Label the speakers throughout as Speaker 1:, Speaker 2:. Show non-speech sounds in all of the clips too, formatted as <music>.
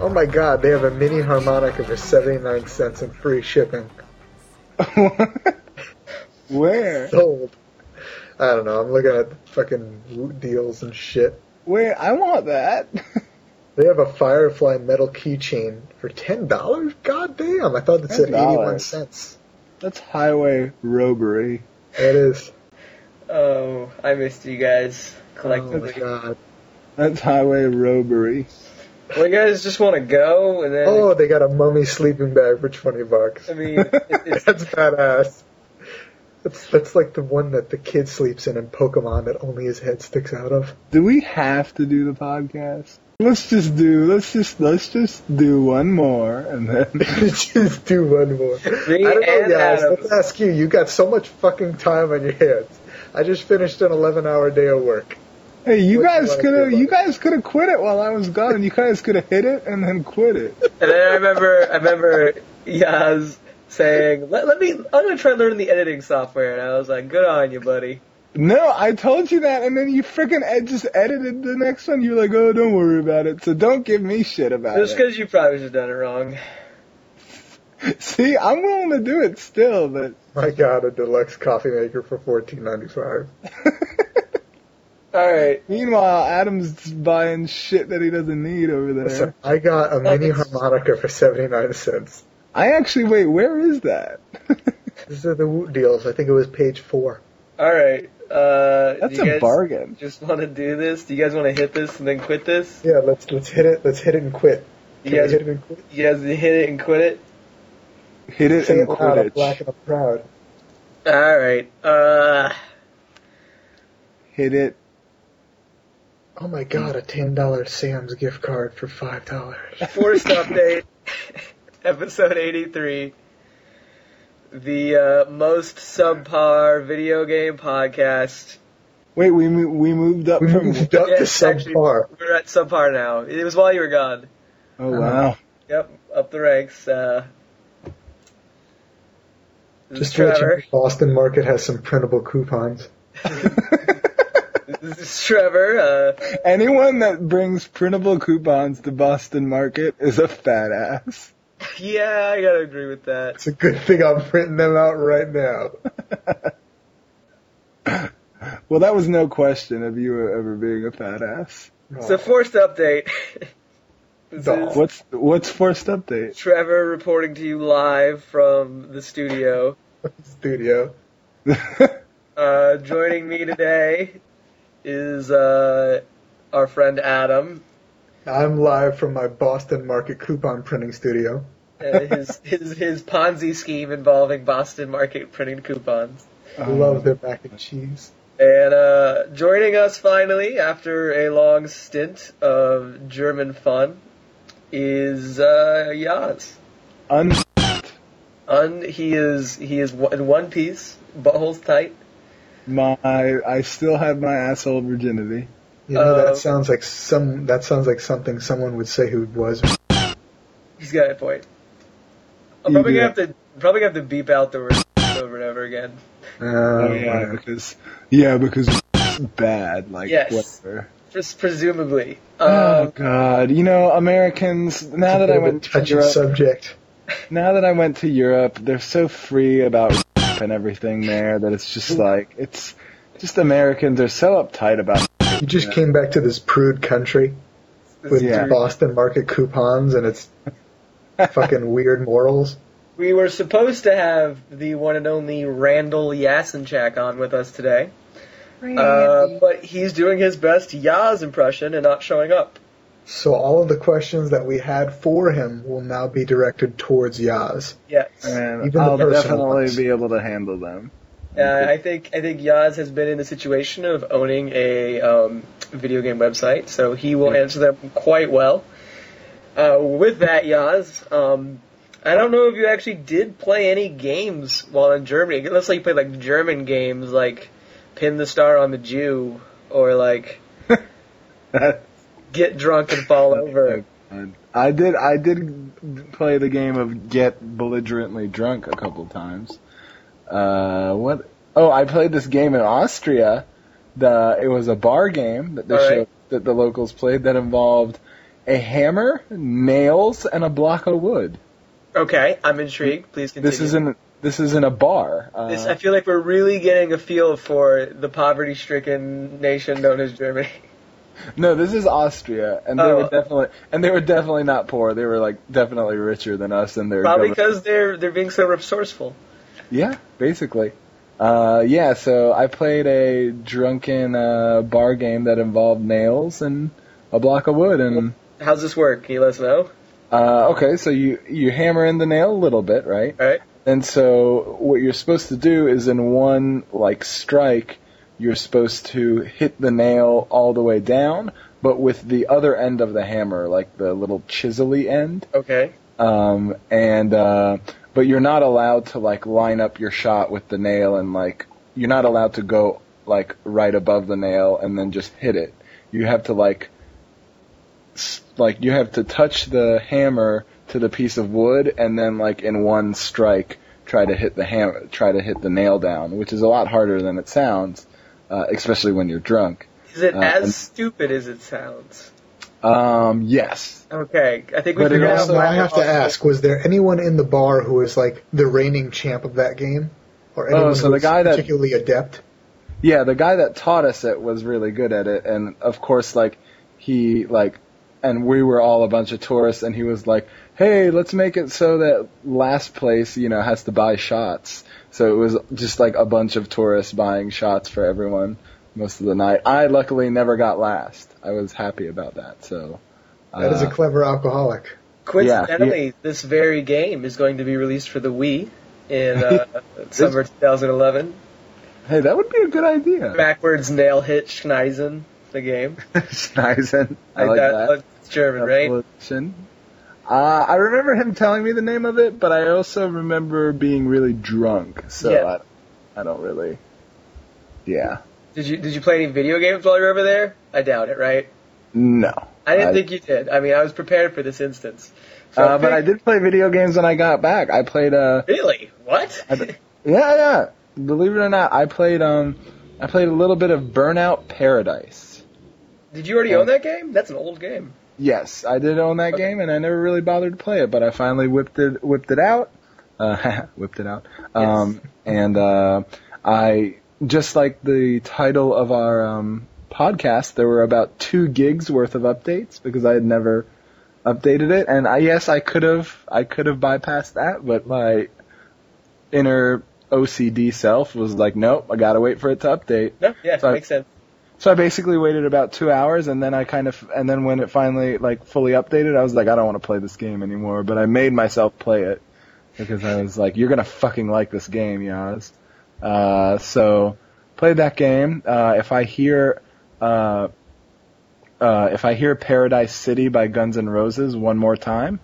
Speaker 1: Oh my god, they have a mini harmonica for 79 cents and free shipping.
Speaker 2: Where?
Speaker 1: Sold. I don't know, I'm looking at fucking deals and shit.
Speaker 2: Where? I want that. <laughs>
Speaker 1: They have a Firefly metal keychain for $10? God damn, I thought it said
Speaker 2: $10.
Speaker 1: 81 cents.
Speaker 2: That's highway robbery.
Speaker 1: It is.
Speaker 3: Oh, I missed you guys
Speaker 1: Oh
Speaker 3: collectively.
Speaker 1: my god.
Speaker 2: That's highway robbery.
Speaker 3: When you guys just want to go, and then
Speaker 1: Oh, they got a mummy sleeping bag for 20 bucks.
Speaker 3: I mean, it, it's
Speaker 1: That's badass. That's, that's like the one that the kid sleeps in in Pokemon that only his head sticks out of.
Speaker 2: Do we have to do the podcast? Let's just do. Let's just let's just do one more and then. <laughs>
Speaker 1: Just <laughs> do one more.
Speaker 3: Me
Speaker 1: I don't
Speaker 3: and
Speaker 1: know, guys.
Speaker 3: Adam.
Speaker 1: Let's ask you. You got so much fucking time on your hands. I just finished an 11-hour day of work.
Speaker 2: Hey, you
Speaker 1: What do you
Speaker 2: guys
Speaker 1: wanna
Speaker 2: could
Speaker 1: do
Speaker 2: have
Speaker 1: about
Speaker 2: you
Speaker 1: it?
Speaker 2: guys could have quit it while I was gone. You guys could have hit it and then quit it.
Speaker 3: And then I remember, I remember Yaz saying, let, "Let me, I'm gonna try learning the editing software." And I was like, "Good on you, buddy."
Speaker 2: No, I told you that, and then you freaking ed- just edited the next one. You're like, oh, don't worry about it. So don't give me shit about
Speaker 3: Just
Speaker 2: it.
Speaker 3: because you probably should have done it wrong.
Speaker 2: See, I'm willing to do it still, but <laughs>
Speaker 1: My God, a deluxe coffee maker for fourteen ninety five.
Speaker 3: All right,
Speaker 2: meanwhile, Adam's buying shit that he doesn't need over there.
Speaker 1: Listen, I got a mini
Speaker 3: it's-
Speaker 1: harmonica for seventy nine cents.
Speaker 2: I actually wait. Where is
Speaker 3: <laughs>
Speaker 2: that?
Speaker 1: These are the Woot deals. I think it was page four.
Speaker 3: all right. Uh, do
Speaker 2: That's
Speaker 3: you
Speaker 2: a
Speaker 3: guys
Speaker 2: bargain.
Speaker 3: Just want to do this? Do you guys want to hit this and then quit this?
Speaker 1: Yeah, let's let's hit it. Let's hit it and quit. Can
Speaker 3: Yeah.
Speaker 1: we hit it and quit?
Speaker 3: You guys hit it and quit it.
Speaker 2: Hit it
Speaker 1: Say
Speaker 2: in
Speaker 1: it loud. I'm black
Speaker 2: Quidditch.
Speaker 1: and I'm proud.
Speaker 3: All right. Uh,
Speaker 2: Hit it.
Speaker 1: Oh my God, a ten dollar Sam's gift card for five dollars.
Speaker 3: forced update, <laughs> episode eighty-three. The uh, most subpar video game podcast
Speaker 2: Wait, we mo- we moved up
Speaker 1: We
Speaker 2: from.
Speaker 1: moved up to
Speaker 3: Yes,
Speaker 1: some
Speaker 3: actually,
Speaker 1: far.
Speaker 3: We're at subpar now. It was while you were gone.
Speaker 2: Oh wow.
Speaker 3: Yep, up the ranks. Uh, this
Speaker 1: Just
Speaker 3: is Trevor.
Speaker 1: watching Boston Market has some printable coupons.
Speaker 3: This is Trevor. Uh,
Speaker 2: <laughs> Anyone that brings printable coupons to Boston Market is a fat ass. <laughs>
Speaker 3: yeah, I gotta agree with that.
Speaker 1: It's a good thing I'm printing them out right
Speaker 2: <laughs>
Speaker 1: now.
Speaker 2: Well, that was no question of you ever being a fat ass.
Speaker 3: It's a forced update. <laughs> this
Speaker 1: Duh.
Speaker 3: is
Speaker 2: What's what's first update? <laughs>
Speaker 3: Trevor reporting to you live from the studio.
Speaker 1: <laughs> studio.
Speaker 3: Uh, joining me today is uh, our friend Adam.
Speaker 1: I'm live from my Boston Market coupon printing studio.
Speaker 3: Uh,
Speaker 2: <laughs>
Speaker 3: his, his his Ponzi scheme involving Boston Market printing coupons.
Speaker 2: Um,
Speaker 1: Love their mac and cheese.
Speaker 3: And uh, joining us finally after a long stint of German fun is uh, Yaz.
Speaker 2: Un-
Speaker 3: Un, he is he is one- in one piece, buttholes tight.
Speaker 2: my I still have my asshole virginity.
Speaker 1: You know
Speaker 3: Uh,
Speaker 1: that sounds like some that sounds like something someone would say who was
Speaker 3: He's got a point. I'm
Speaker 2: You
Speaker 3: probably
Speaker 2: do
Speaker 3: gonna have to probably gonna have to beep out the word over and over again.
Speaker 1: uh,
Speaker 2: Oh, yeah, because yeah, because it's bad. Like
Speaker 3: Yes.
Speaker 2: whatever.
Speaker 3: Just presumably.
Speaker 2: Oh
Speaker 3: Um,
Speaker 2: God, you know Americans. Now that I went to
Speaker 1: touchy
Speaker 2: Europe,
Speaker 1: subject.
Speaker 2: now that I went to Europe, they're so free about and everything there that it's just like it's just Americans are so uptight about.
Speaker 1: You just came back to this prude country with
Speaker 2: Yeah.
Speaker 1: Boston Market coupons and
Speaker 2: <laughs>
Speaker 1: its fucking weird morals.
Speaker 3: we were supposed to have the one and only Randall Yasinchak on with us today. Uh, but he's doing his best Yaz impression and not showing up.
Speaker 1: So all of the questions that we had for him will now be directed towards Yaz.
Speaker 3: Yes,
Speaker 2: And
Speaker 1: Even the
Speaker 2: I'll
Speaker 1: personal
Speaker 2: definitely
Speaker 1: ones.
Speaker 2: be able to handle them. <laughs>
Speaker 3: uh, I think I think Yaz has been in the situation of owning a um, video game website, so he will answer them quite well. Uh, with that, Yaz, um, I don't know if you actually did play any games while in Germany. It looks like you played like German games, like Pin the Star on the Jew, or like Get Drunk and Fall Over.
Speaker 2: I did. I did play the game of get belligerently drunk a couple times. Uh, what? Oh, I played this game in Austria. The it was a bar game that they
Speaker 3: All right.
Speaker 2: showed that the locals played that involved a hammer, nails, and a block of wood.
Speaker 3: Okay, I'm intrigued. Please continue.
Speaker 2: This is in this is in a bar. Uh,
Speaker 3: This, I feel like we're really getting a feel for the poverty-stricken nation known as Germany.
Speaker 2: no, this is Austria, and they
Speaker 3: Oh.
Speaker 2: were definitely and they were definitely not poor. They were like definitely richer than us, and they're
Speaker 3: Probably because they're they're being so resourceful.
Speaker 2: Yeah, basically. Uh, yeah, so I played a drunken uh, bar game that involved nails and a block of wood. And
Speaker 3: How's this work? Can you let us know?
Speaker 2: uh, okay, so you you hammer in the nail a little bit, right?
Speaker 3: All right.
Speaker 2: And so what you're supposed to do is in one like strike, you're supposed to hit the nail all the way down, but with the other end of the hammer, like the little chisely end
Speaker 3: Okay.
Speaker 2: um, and uh, but you're not allowed to like line up your shot with the nail and like you're not allowed to go like right above the nail and then just hit it. You have to like s- like you have to touch the hammer to the piece of wood and then like in one strike try to hit the hammer try to hit the nail down, which is a lot harder than it sounds, uh, especially when you're drunk.
Speaker 3: Is it
Speaker 2: Uh,
Speaker 3: as
Speaker 2: and-
Speaker 3: stupid as it sounds?
Speaker 2: Um, yes,
Speaker 3: Okay, I think we
Speaker 2: But it
Speaker 3: figured out.
Speaker 2: also-
Speaker 1: now
Speaker 3: why-
Speaker 1: I have to ask: Was there anyone in the bar who was like the reigning champ of that game, or
Speaker 2: Oh,
Speaker 1: anyone
Speaker 2: so
Speaker 1: who
Speaker 2: the
Speaker 1: was
Speaker 2: guy that-
Speaker 1: particularly adept?
Speaker 2: yeah, the guy that taught us it was really good at it, and of course, like he like, and we were all a bunch of tourists, and he was like, "Hey, let's make it so that last place, you know, has to buy shots." So it was just like a bunch of tourists buying shots for everyone most of the night. I luckily never got last. I was happy about that. So
Speaker 1: That is a
Speaker 2: uh,
Speaker 1: clever alcoholic.
Speaker 3: Coincidentally, this very game is going to be released for the Wii
Speaker 2: <laughs>
Speaker 3: in uh, summer 2011.
Speaker 2: hey, that would be a good
Speaker 3: <laughs>
Speaker 2: idea.
Speaker 3: Backwards nail hit Schneisen, the game.
Speaker 2: Schneisen, I like that.
Speaker 3: It's German, right?
Speaker 2: Revolution. Uh, I remember him telling me the name of it, but I also remember being really drunk, so
Speaker 3: Yeah.
Speaker 2: I, I don't really. Yeah.
Speaker 3: Did you did you play any video games while you were over there? I doubt it, right?
Speaker 2: No. Uh,
Speaker 3: I didn't
Speaker 2: I-
Speaker 3: think you did. I mean, I was prepared for this instance. So
Speaker 2: Uh, but I did play video games when I got back. I played. Uh,
Speaker 3: Really? What?
Speaker 2: I d- yeah, yeah. Believe it or not, I played. Um, I played a little bit of Burnout Paradise.
Speaker 3: Did you already own that game? That's an old game.
Speaker 2: Yes, I did own that game, and I never really bothered to play it, but I finally whipped it whipped it out, uh, <laughs> whipped it out, um, and uh, I just like the title of our um, podcast, there were about two gigs worth of updates because I had never updated it, and I yes I could have I could have bypassed that, but my inner OCD self was like, nope, I gotta wait for it to update.
Speaker 3: No, yeah,
Speaker 2: So I-
Speaker 3: makes sense.
Speaker 2: So I basically waited about two hours, and then I kind of, and then when it finally like fully updated, I was like, I don't want to play this game anymore. But I made myself play it because I was like, you're gonna fucking like this game, Yaz. Uh, so played that game. Uh, if I hear, uh, uh, if I hear Paradise City by Guns N' Roses one more time,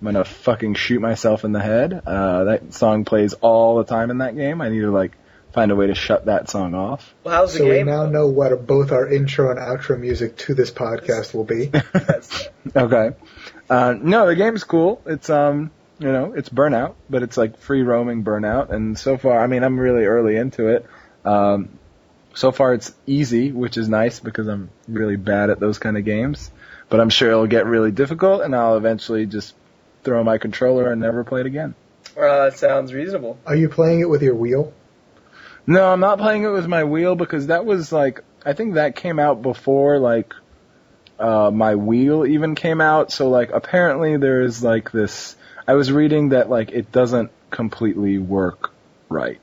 Speaker 2: I'm gonna fucking shoot myself in the head. Uh, that song plays all the time in that game. I need to like find a way to shut that song off. <laughs>
Speaker 3: Well, how's the
Speaker 1: So we
Speaker 3: game? <laughs>
Speaker 1: now know what both our intro and outro music to this podcast will be.
Speaker 3: Yes.
Speaker 2: Okay. Uh, no, the game's cool. It's um, you know, it's Burnout, but it's like free roaming Burnout, and so far, I mean, I'm really early into it. Um, so far, it's easy, which is nice because I'm really bad at those kind of games. But I'm sure it'll get really difficult, and I'll eventually just throw my controller and never play it again.
Speaker 3: Uh, sounds reasonable.
Speaker 1: Are you playing it with your wheel?
Speaker 2: No, I'm not playing it with my wheel because that was like I think that came out before like uh my wheel even came out. So like apparently there is like this I was reading that like it doesn't completely work right.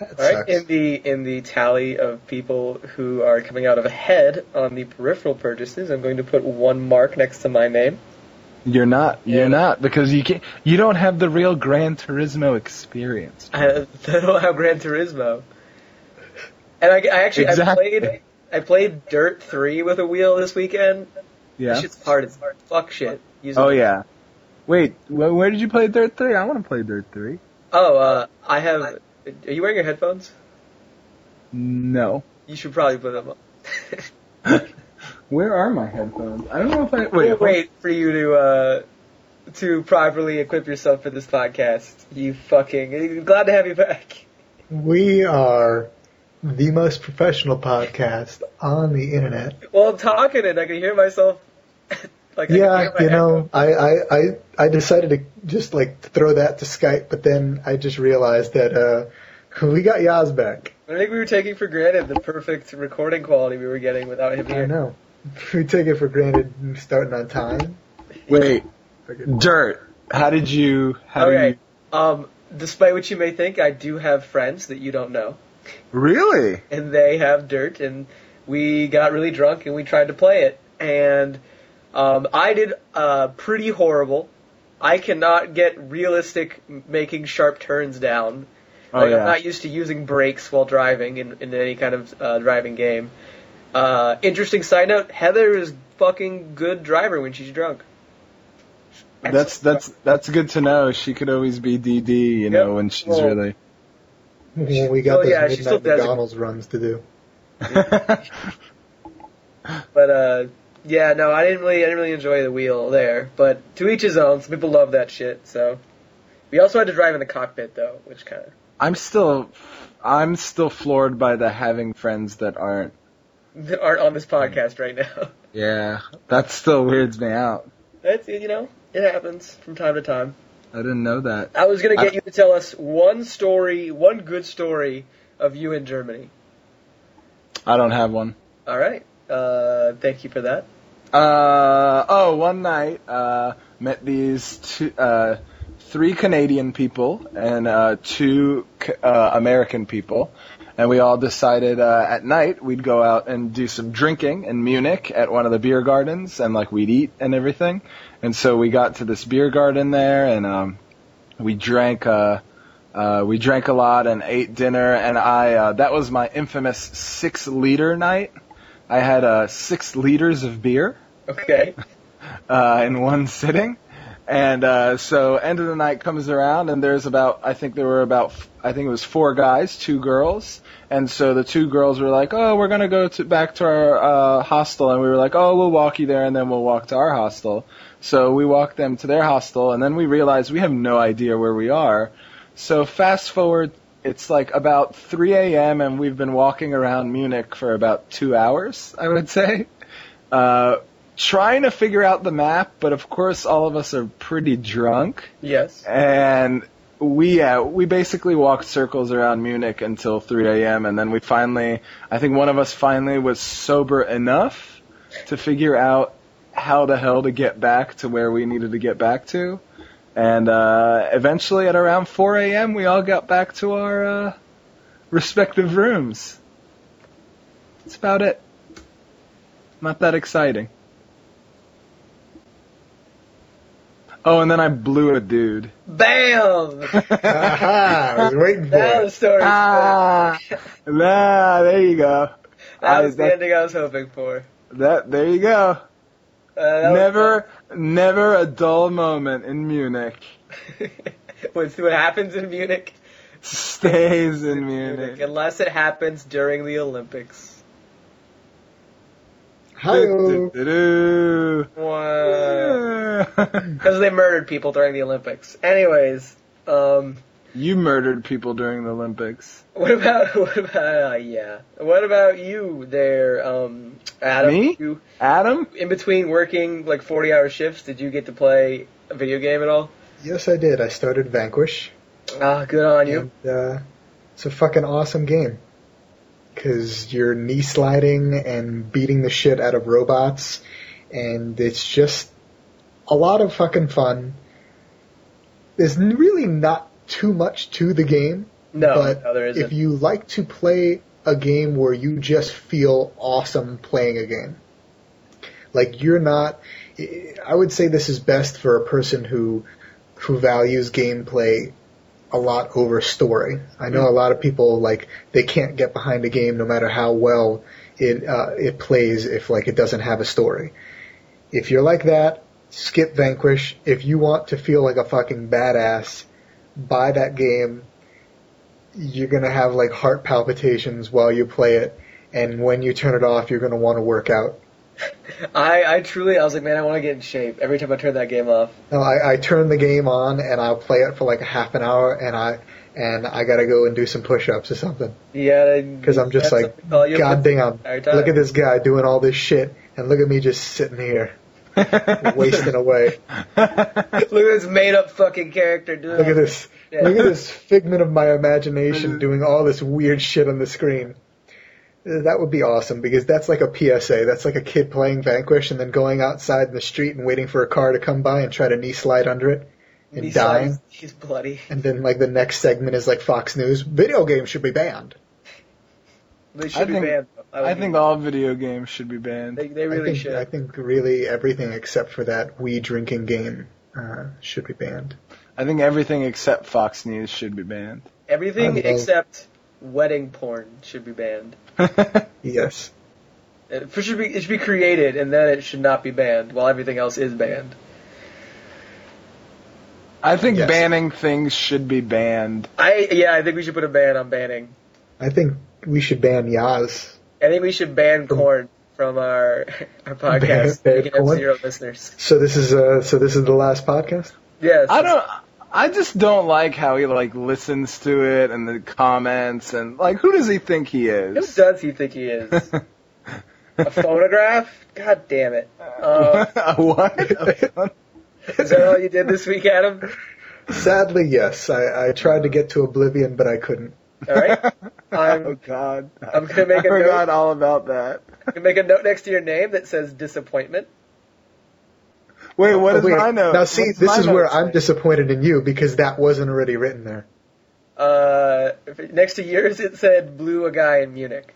Speaker 1: That
Speaker 3: All right,
Speaker 1: sucks.
Speaker 3: in the in the tally of people who are coming out of ahead on the peripheral purchases, I'm going to put one mark next to my name. <laughs>
Speaker 2: You're not
Speaker 3: Yeah.
Speaker 2: you're not because you can not you don't have the real Gran Turismo experience.
Speaker 3: I don't have Gran Turismo. And I, I actually
Speaker 2: Exactly.
Speaker 3: I played I played Dirt Three with a wheel this weekend. That
Speaker 2: Yeah.
Speaker 3: shit's hard as fuck shit. Use
Speaker 2: Oh
Speaker 3: it.
Speaker 2: yeah. Wait, wh- where did you play Dirt 3? I want to play Dirt 3.
Speaker 3: Oh, uh, I have. Are you wearing your headphones?
Speaker 2: No. <laughs>
Speaker 3: You should probably put them on. <laughs>
Speaker 2: Where are my headphones? I don't know
Speaker 1: <laughs>
Speaker 2: if I
Speaker 3: Wait,
Speaker 2: wait.
Speaker 3: wait for you to uh, to properly equip yourself for this podcast. You fucking glad to have you back. <laughs>
Speaker 1: We are the most professional podcast on the internet.
Speaker 3: Well, I'm talking and I can hear myself <laughs> Like, I
Speaker 1: yeah,
Speaker 3: can hear my
Speaker 1: you know,
Speaker 3: echo.
Speaker 1: I, I, I, I decided to just like throw that to Skype, but then I just realized that uh, we got Yaz back.
Speaker 3: I think we were taking for granted the perfect recording quality we were getting without him
Speaker 1: I
Speaker 3: here.
Speaker 1: know. <laughs> We take it for granted starting on time.
Speaker 2: Wait,
Speaker 1: Fucking-
Speaker 2: dirt. How did you? How
Speaker 3: Okay.
Speaker 2: did
Speaker 3: Um, despite what you may think, I do have friends that you don't know,
Speaker 2: you? Really?
Speaker 3: and they have dirt, and we got really drunk and we tried to play it, and um, I did uh, pretty horrible. I cannot get realistic m- making sharp turns down.
Speaker 2: Oh
Speaker 3: like,
Speaker 2: yeah.
Speaker 3: I'm not used to using brakes while driving in, in any kind of uh, driving game. Uh, interesting side note: Heather is fucking good driver when she's drunk.
Speaker 2: That's that's that's good to know. She could always be DD, you know, when she's
Speaker 3: Well-
Speaker 2: really. <laughs>
Speaker 1: When we got
Speaker 3: Oh,
Speaker 1: those
Speaker 3: yeah, she still
Speaker 1: midnight
Speaker 3: does it.
Speaker 1: McDonald's runs to do. <laughs>
Speaker 3: But uh, yeah, no, I didn't really, I didn't really enjoy the wheel there. But to each his own. Some people love that shit. So we also had to drive in the cockpit though, which kind of
Speaker 2: I'm still, I'm still floored by the having friends that aren't.
Speaker 3: <laughs> aren't on this podcast right now. <laughs>
Speaker 2: Yeah, that still weirds me out.
Speaker 3: That's you know, it happens from time to time.
Speaker 2: I didn't know that.
Speaker 3: I was gonna get
Speaker 2: I-
Speaker 3: you to tell us one story, one good story of you in Germany.
Speaker 2: I don't have one.
Speaker 3: All right. Uh, thank you for that.
Speaker 2: Uh oh, one night uh met these two uh three Canadian people and uh two C- uh American people and we all decided uh at night we'd go out and do some drinking in Munich at one of the beer gardens and like we'd eat and everything. And so we got to this beer garden there and um we drank uh uh, we drank a lot and ate dinner, and I, uh, that was my infamous six liter night. I had, uh, six liters of beer <laughs>
Speaker 3: Okay.
Speaker 2: uh, in one <laughs> sitting. And uh, so end of the night comes around, and there's about I think there were about I think it was four guys, two girls, and so the two girls were like, oh, we're gonna go to back to our uh, hostel, and we were like, oh, we'll walk you there, and then we'll walk to our hostel. So we walked them to their hostel, and then we realized we have no idea where we are. So fast forward, it's like about 3 a.m., and we've been walking around Munich for about two hours, I would say. Uh, trying to figure out the map, but of course all of us are pretty drunk,
Speaker 3: Yes.
Speaker 2: and we uh, we basically walked circles around Munich until 3 a.m. and then we finally, I think one of us finally was sober enough to figure out how the hell to get back to where we needed to get back to, and uh, eventually at around 4 a.m. we all got back to our uh, respective rooms. That's about it. Not that exciting. Oh, and then I blew a dude.
Speaker 3: Bam!
Speaker 2: <laughs>
Speaker 1: Aha, I was waiting for
Speaker 3: That
Speaker 1: it.
Speaker 3: was story.
Speaker 2: ah, nah, there you go.
Speaker 3: that
Speaker 2: I-
Speaker 3: was the
Speaker 2: that-
Speaker 3: ending I was hoping for.
Speaker 2: That there you go.
Speaker 3: Uh, that was-
Speaker 2: Never, never a dull moment in Munich.
Speaker 3: <laughs> What's what happens in Munich?
Speaker 2: Stays in
Speaker 3: Munich,
Speaker 2: Munich.
Speaker 3: unless it happens during the Olympics.
Speaker 1: Hi-oh.
Speaker 2: Do-do-do-do.
Speaker 3: Because they murdered people during the Olympics. Anyways, um,
Speaker 2: <laughs>
Speaker 3: <laughs>
Speaker 2: you murdered people during the Olympics.
Speaker 3: what about what about uh, yeah? What about you there, um, Adam?
Speaker 2: Me?
Speaker 3: You,
Speaker 2: Adam?
Speaker 3: in between working like forty-hour shifts, did you get to play a video game at all?
Speaker 1: Yes, I did. I started Vanquish.
Speaker 3: Ah, good on you.
Speaker 1: And, uh, it's a fucking awesome game. Because you're knee sliding and beating the shit out of robots, and it's just a lot of fucking fun. There's n- really not too much to the game,
Speaker 3: No,
Speaker 1: but
Speaker 3: no, there
Speaker 1: if
Speaker 3: isn't.
Speaker 1: you like to play a game where you just feel awesome playing a game, like you're not, I would say this is best for a person who who values gameplay a lot over story. I
Speaker 3: Mm.
Speaker 1: know a lot of people like they can't get behind a game no matter how well it uh, it plays if like it doesn't have a story. If you're like that, skip Vanquish. If you want to feel like a fucking badass, buy that game. You're gonna have like heart palpitations while you play it, and when you turn it off, you're gonna want to work out.
Speaker 3: I, I truly, I was like, man, I want to get in shape. Every time I turn that game off,
Speaker 1: No, I, I turn the game on and I'll play it for like a half an hour, and I and I gotta go and do some push-ups or something.
Speaker 3: yeah,
Speaker 1: Because I'm just like,
Speaker 3: God
Speaker 1: God damn,
Speaker 3: entire time.
Speaker 1: look at this guy doing all this shit, and look at me just sitting here. wasting away.
Speaker 3: Look at this made up fucking character, dude.
Speaker 1: Look at this.
Speaker 3: Yeah. Mm-hmm.
Speaker 1: Look at this figment of my imagination doing all this weird shit on the screen. Uh, That would be awesome because that's like a PSA. That's like a kid playing Vanquish and then going outside in the street and waiting for a car to come by and try to knee slide under it and
Speaker 3: He's-
Speaker 1: dying.
Speaker 3: He's bloody.
Speaker 1: And then like the next segment is like Fox News. Video games should be banned.
Speaker 3: They
Speaker 2: I
Speaker 3: should be
Speaker 2: think-
Speaker 3: banned. would
Speaker 2: I think
Speaker 3: be-
Speaker 2: all video games should be banned.
Speaker 3: they, they
Speaker 1: I
Speaker 3: really
Speaker 1: think
Speaker 3: should.
Speaker 1: I think really everything except for that we drinking game uh, should be banned.
Speaker 2: I think everything except Fox News should be banned. <laughs>
Speaker 1: I
Speaker 3: Everything
Speaker 1: love-
Speaker 3: except wedding porn should be banned.
Speaker 1: Yes.
Speaker 3: It should be it should be created and then it should not be banned while everything else is banned.
Speaker 2: I think
Speaker 1: Yes.
Speaker 2: banning things should be banned.
Speaker 3: I yeah, I think we should put a ban on banning.
Speaker 1: I think we should ban Yaz.
Speaker 3: I think we should ban corn from our <laughs> our podcast.
Speaker 1: Ban- ban
Speaker 3: we can have
Speaker 1: corn?
Speaker 3: zero listeners.
Speaker 1: So this is uh so this is the last podcast?
Speaker 3: Yes.
Speaker 2: I don't. I just don't like how he like listens to it and the comments and like who does he think he
Speaker 3: Who
Speaker 2: is?
Speaker 3: does he think he is? a phonograph? God damn it! Uh,
Speaker 2: <laughs> A
Speaker 3: <laughs>
Speaker 2: what?
Speaker 3: is that all you did this week, Adam?
Speaker 1: Sadly, yes. I, I tried to get to Oblivion, but I couldn't.
Speaker 2: <laughs>
Speaker 3: All right.
Speaker 2: oh
Speaker 3: I'm
Speaker 2: God!
Speaker 3: I'm gonna make
Speaker 2: I
Speaker 3: a note.
Speaker 2: forgot all about that.
Speaker 3: gonna make a note next to your name that says disappointment.
Speaker 2: Wait, what
Speaker 1: Oh,
Speaker 2: is my note?
Speaker 1: Now, see,
Speaker 2: What's
Speaker 1: this
Speaker 2: my
Speaker 1: is
Speaker 2: note
Speaker 1: where I'm
Speaker 2: say?
Speaker 1: disappointed in you because that wasn't already written
Speaker 3: <laughs>
Speaker 1: there.
Speaker 3: Uh, if- next to yours it said blew a guy in Munich.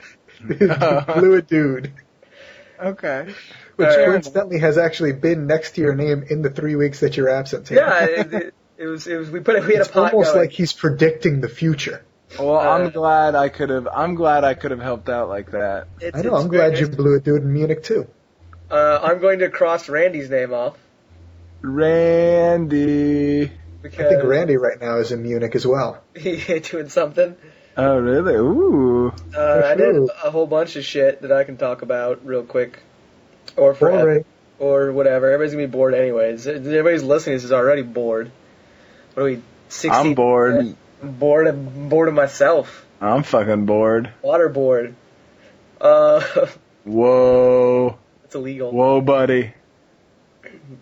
Speaker 1: <laughs>
Speaker 3: Uh-huh.
Speaker 1: Blew a dude,
Speaker 2: Okay.
Speaker 1: which
Speaker 3: All right.
Speaker 1: coincidentally has actually been next to your name in the three weeks that you're absent. Here.
Speaker 3: Yeah, it, it, it was. It was. We put. it We
Speaker 1: <laughs>
Speaker 3: had
Speaker 1: it's
Speaker 3: a pot
Speaker 1: almost
Speaker 3: going.
Speaker 1: like he's predicting the future.
Speaker 2: Well, I'm
Speaker 3: Uh,
Speaker 2: glad I could have. I'm glad I could have helped out like that.
Speaker 3: It's-
Speaker 1: I know.
Speaker 3: it's
Speaker 1: I'm glad
Speaker 3: great.
Speaker 1: you blew a dude in Munich too.
Speaker 3: Uh, I'm going to cross Randy's name off
Speaker 2: Randy.
Speaker 1: I
Speaker 3: because
Speaker 1: think
Speaker 3: <laughs>
Speaker 1: Randy right now is in Munich as well.
Speaker 3: he's doing something.
Speaker 2: Oh really? Ooh.
Speaker 3: Uh, I did
Speaker 1: sure.
Speaker 3: a whole bunch of shit that I can talk about real quick, or
Speaker 1: All
Speaker 3: forever,
Speaker 1: right.
Speaker 3: or whatever. Everybody's gonna be bored anyways. Everybody's listening to this is already bored. What are we? 60
Speaker 2: I'm bored.
Speaker 3: I'm bored. I'm bored of myself.
Speaker 2: I'm fucking bored.
Speaker 3: Waterboard. Uh, <laughs>
Speaker 2: Whoa.
Speaker 3: it's illegal.
Speaker 2: Whoa, buddy.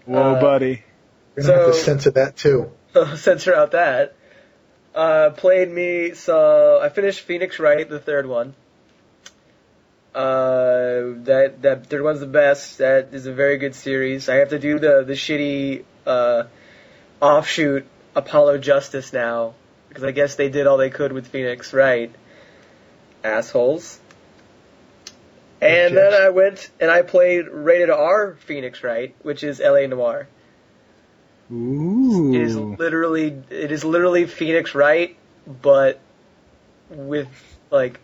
Speaker 2: Whoa,
Speaker 3: Uh,
Speaker 2: buddy.
Speaker 1: You're gonna have to
Speaker 3: So-
Speaker 1: censor that too.
Speaker 3: <laughs> censor out that. Uh, played me so I finished Phoenix Wright, the third one. Uh, that that third one's the best. That is a very good series. I have to do the the shitty uh, offshoot Apollo Justice now because I guess they did all they could with Phoenix Wright. Assholes. And then I went and I played rated R Phoenix Wright, which is L.A. Noir. It is
Speaker 2: Ooh.
Speaker 3: literally it is literally Phoenix Wright, but with like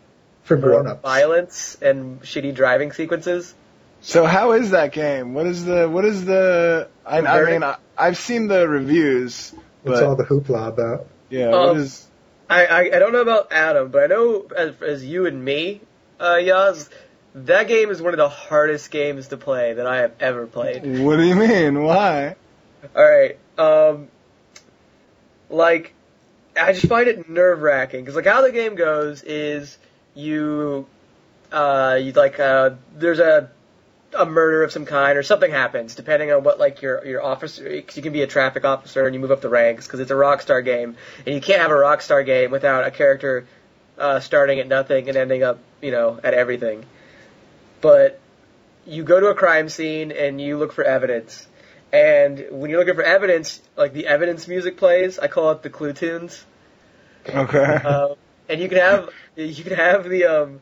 Speaker 1: For
Speaker 3: more
Speaker 1: grown ups.
Speaker 3: violence and shitty driving sequences.
Speaker 2: So how is that game? What is the? What is the? I, I
Speaker 3: Very-
Speaker 2: mean, I, I've seen the reviews,
Speaker 1: What's all
Speaker 2: but
Speaker 1: the hoopla about?
Speaker 2: yeah,
Speaker 3: Um,
Speaker 2: what is?
Speaker 3: I, I I don't know about Adam, but I know as as you and me, uh, Yaz, that game is one of the hardest games to play that I have ever played.
Speaker 2: What do you mean? Why?
Speaker 3: All right, um, like I just find it nerve wracking because like how the game goes is you uh, you like uh, there's a a murder of some kind or something happens depending on what like your your officer 'cause you can be a traffic officer and you move up the ranks because it's a Rockstar game and you can't have a Rockstar game without a character uh, starting at nothing and ending up you know at everything but you go to a crime scene and you look for evidence and when you're looking for evidence like the evidence music plays I call it the clue tunes
Speaker 2: <laughs> Okay.
Speaker 3: um, and you can have you can have the um,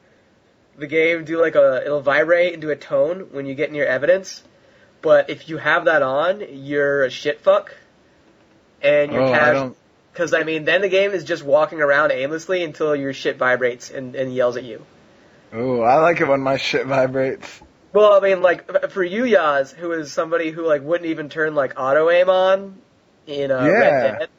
Speaker 3: the game do like a it'll vibrate and do a tone when you get near evidence. But if you have that on, you're a shit fuck, and you're
Speaker 2: oh, I don't.
Speaker 3: because I mean, then the game is just walking around aimlessly until your shit vibrates and, and yells at you.
Speaker 2: Oh, I like it when my shit vibrates.
Speaker 3: Well, I mean, like for you, Yaz, who is somebody who like wouldn't even turn like auto aim on in uh,
Speaker 2: Yeah.
Speaker 3: Red Dead,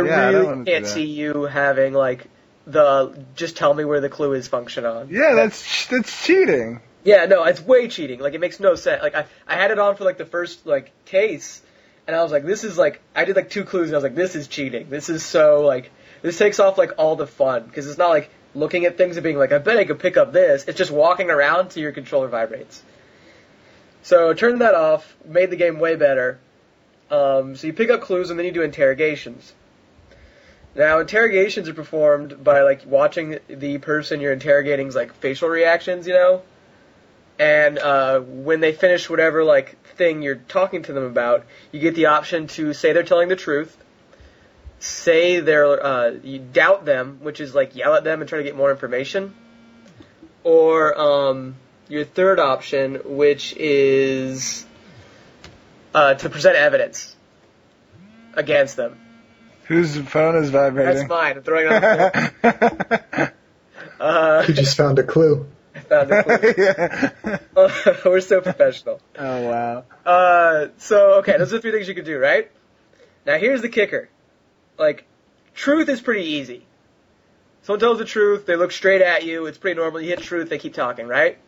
Speaker 2: Yeah, I don't wanna
Speaker 3: really
Speaker 2: do
Speaker 3: can't
Speaker 2: that.
Speaker 3: see you having like the just tell me where the clue is function on.
Speaker 2: Yeah, that's that's cheating.
Speaker 3: Yeah, no, it's way cheating. Like it makes no sense. Like I, I had it on for like the first like case, and I was like, this is like I did like two clues, and I was like, this is cheating. This is so like this takes off like all the fun because it's not like looking at things and being like, I bet I could pick up this. It's just walking around till your controller vibrates. So turned that off, made the game way better. Um, so you pick up clues and then you do interrogations. Now interrogations are performed by like watching the person you're interrogating's like facial reactions, you know, and uh, when they finish whatever like thing you're talking to them about, you get the option to say they're telling the truth, say they're uh, you doubt them, which is like yell at them and try to get more information, or um, your third option, which is uh, to present evidence against them.
Speaker 2: Whose phone is
Speaker 3: That's
Speaker 2: vibrating?
Speaker 3: mine. I'm throwing it on
Speaker 2: <laughs>
Speaker 3: the floor. Uh,
Speaker 1: You just found a
Speaker 3: <laughs>
Speaker 1: clue.
Speaker 3: I found the clue.
Speaker 2: yeah.
Speaker 3: Uh, <laughs> We're so professional.
Speaker 2: Oh wow.
Speaker 3: Uh, so okay, those are the three things you could do, right? Now here's the kicker. Like, truth is pretty easy. Someone tells the truth, they look straight at you, it's pretty normal, you hit truth, they keep talking, right?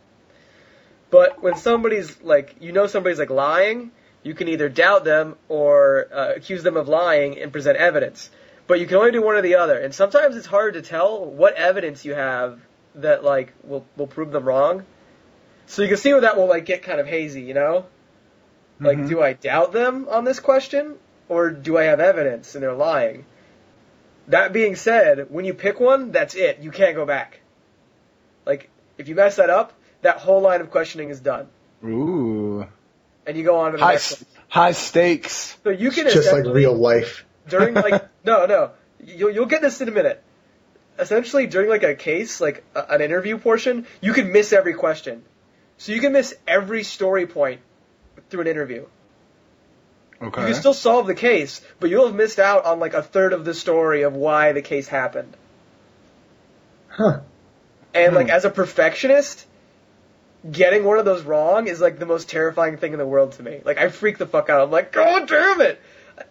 Speaker 3: But when somebody's like you know somebody's like lying, you can either doubt them or uh, accuse them of lying and present evidence. But you can only do one or the other, and sometimes it's hard to tell what evidence you have that like will will prove them wrong. So you can see where that will like get kind of hazy, you know? Like,
Speaker 2: Mhm.
Speaker 3: do I doubt them on this question, or do I have evidence and they're lying? That being said, when you pick one, that's it. You can't go back. Like, if you mess that up, that whole line of questioning is done,
Speaker 2: Ooh.
Speaker 3: and you go on to the
Speaker 2: High
Speaker 3: next
Speaker 2: s- high stakes.
Speaker 3: one. So you can
Speaker 1: It's just like
Speaker 3: essentially-
Speaker 1: real life.
Speaker 3: during like
Speaker 1: <laughs>
Speaker 3: no no you'll you'll get this in a minute. Essentially, during like a case, like a, an interview portion, you can miss every question, so you can miss every story point through an interview.
Speaker 2: Okay.
Speaker 3: You can still solve the case, but you'll have missed out on like a third of the story of why the case happened.
Speaker 1: Huh.
Speaker 3: And like
Speaker 2: Hmm.
Speaker 3: as a perfectionist, getting one of those wrong is like the most terrifying thing in the world to me. Like I freak the fuck out. I'm like, God damn it!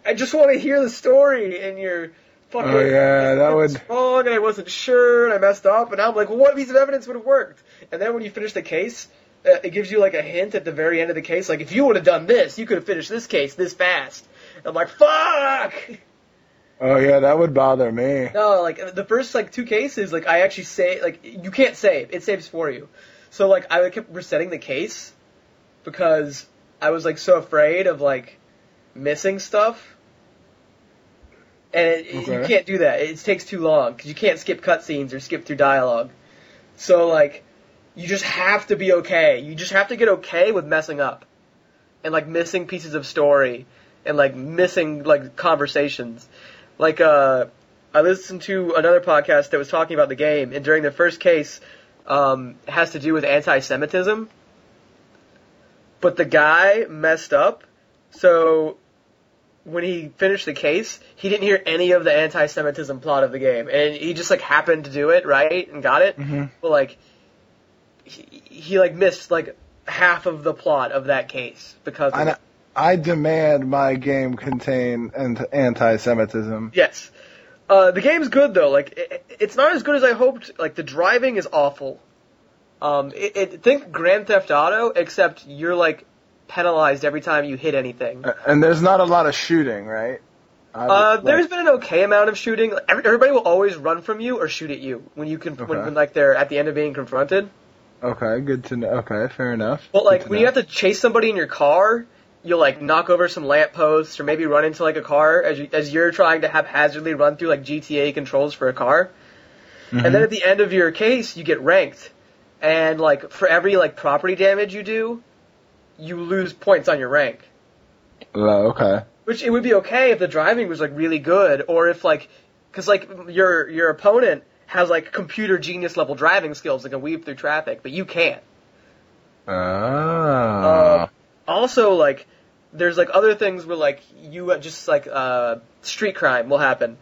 Speaker 3: I just want to hear the story, and you're fucking.
Speaker 2: Oh, yeah, that
Speaker 3: was
Speaker 2: would-
Speaker 3: wrong, and I wasn't sure, and I messed up, and I'm like, well, what piece of evidence would have worked? And then when you finish the case, uh, it gives you like a hint at the very end of the case, like if you would have done this, you could have finished this case this fast. I'm like, fuck.
Speaker 2: oh yeah, that would bother me.
Speaker 3: <laughs> No, like the first like two cases, like I actually say like you can't save. It saves for you. So like I kept resetting the case because I was like so afraid of like missing stuff. And it, you
Speaker 2: Okay.
Speaker 3: can't do that. It takes too long because you can't skip cutscenes or skip through dialogue. So like you just have to be okay. You just have to get okay with messing up and like missing pieces of story and like missing like conversations. Like uh I listened to another podcast that was talking about the game and during the first case um it has to do with anti-Semitism. But the guy messed up. So when he finished the case, he didn't hear any of the anti-Semitism plot of the game, and he just like happened to do it right and got it.
Speaker 2: Mhm.
Speaker 3: But like, he, he like missed like half of the plot of that case because of
Speaker 2: I, I demand my game contain ant- anti-Semitism.
Speaker 3: Yes. Uh, the game's good though. Like it, it's not as good as I hoped. Like the driving is awful. Um, it, it think Grand Theft Auto, except you're like penalized every time you hit anything.
Speaker 2: A- And there's not a lot of shooting, right? I would-
Speaker 3: Uh, there's
Speaker 2: Uh, like-
Speaker 3: been an okay amount of shooting. Like, every- everybody will always run from you or shoot at you when you can when,
Speaker 2: Okay.
Speaker 3: when like they're at the end of being confronted.
Speaker 2: okay, good to know. Okay, fair enough.
Speaker 3: But
Speaker 2: Good
Speaker 3: like
Speaker 2: to
Speaker 3: when
Speaker 2: know.
Speaker 3: you have to chase somebody in your car, you'll like knock over some lampposts or maybe run into like a car as you, as you're trying to haphazardly run through like GTA controls for a car.
Speaker 2: Mm-hmm.
Speaker 3: And then at the end of your case, you get ranked, and like for every like property damage you do, you lose points on your rank.
Speaker 2: Oh, okay.
Speaker 3: Which it would be okay if the driving was like really good, or if like, because like your your opponent has like computer genius level driving skills and can weave through traffic, but you can't.
Speaker 2: Ah.
Speaker 3: Um, also, like, there's like other things where like you uh, just like uh, street crime will happen,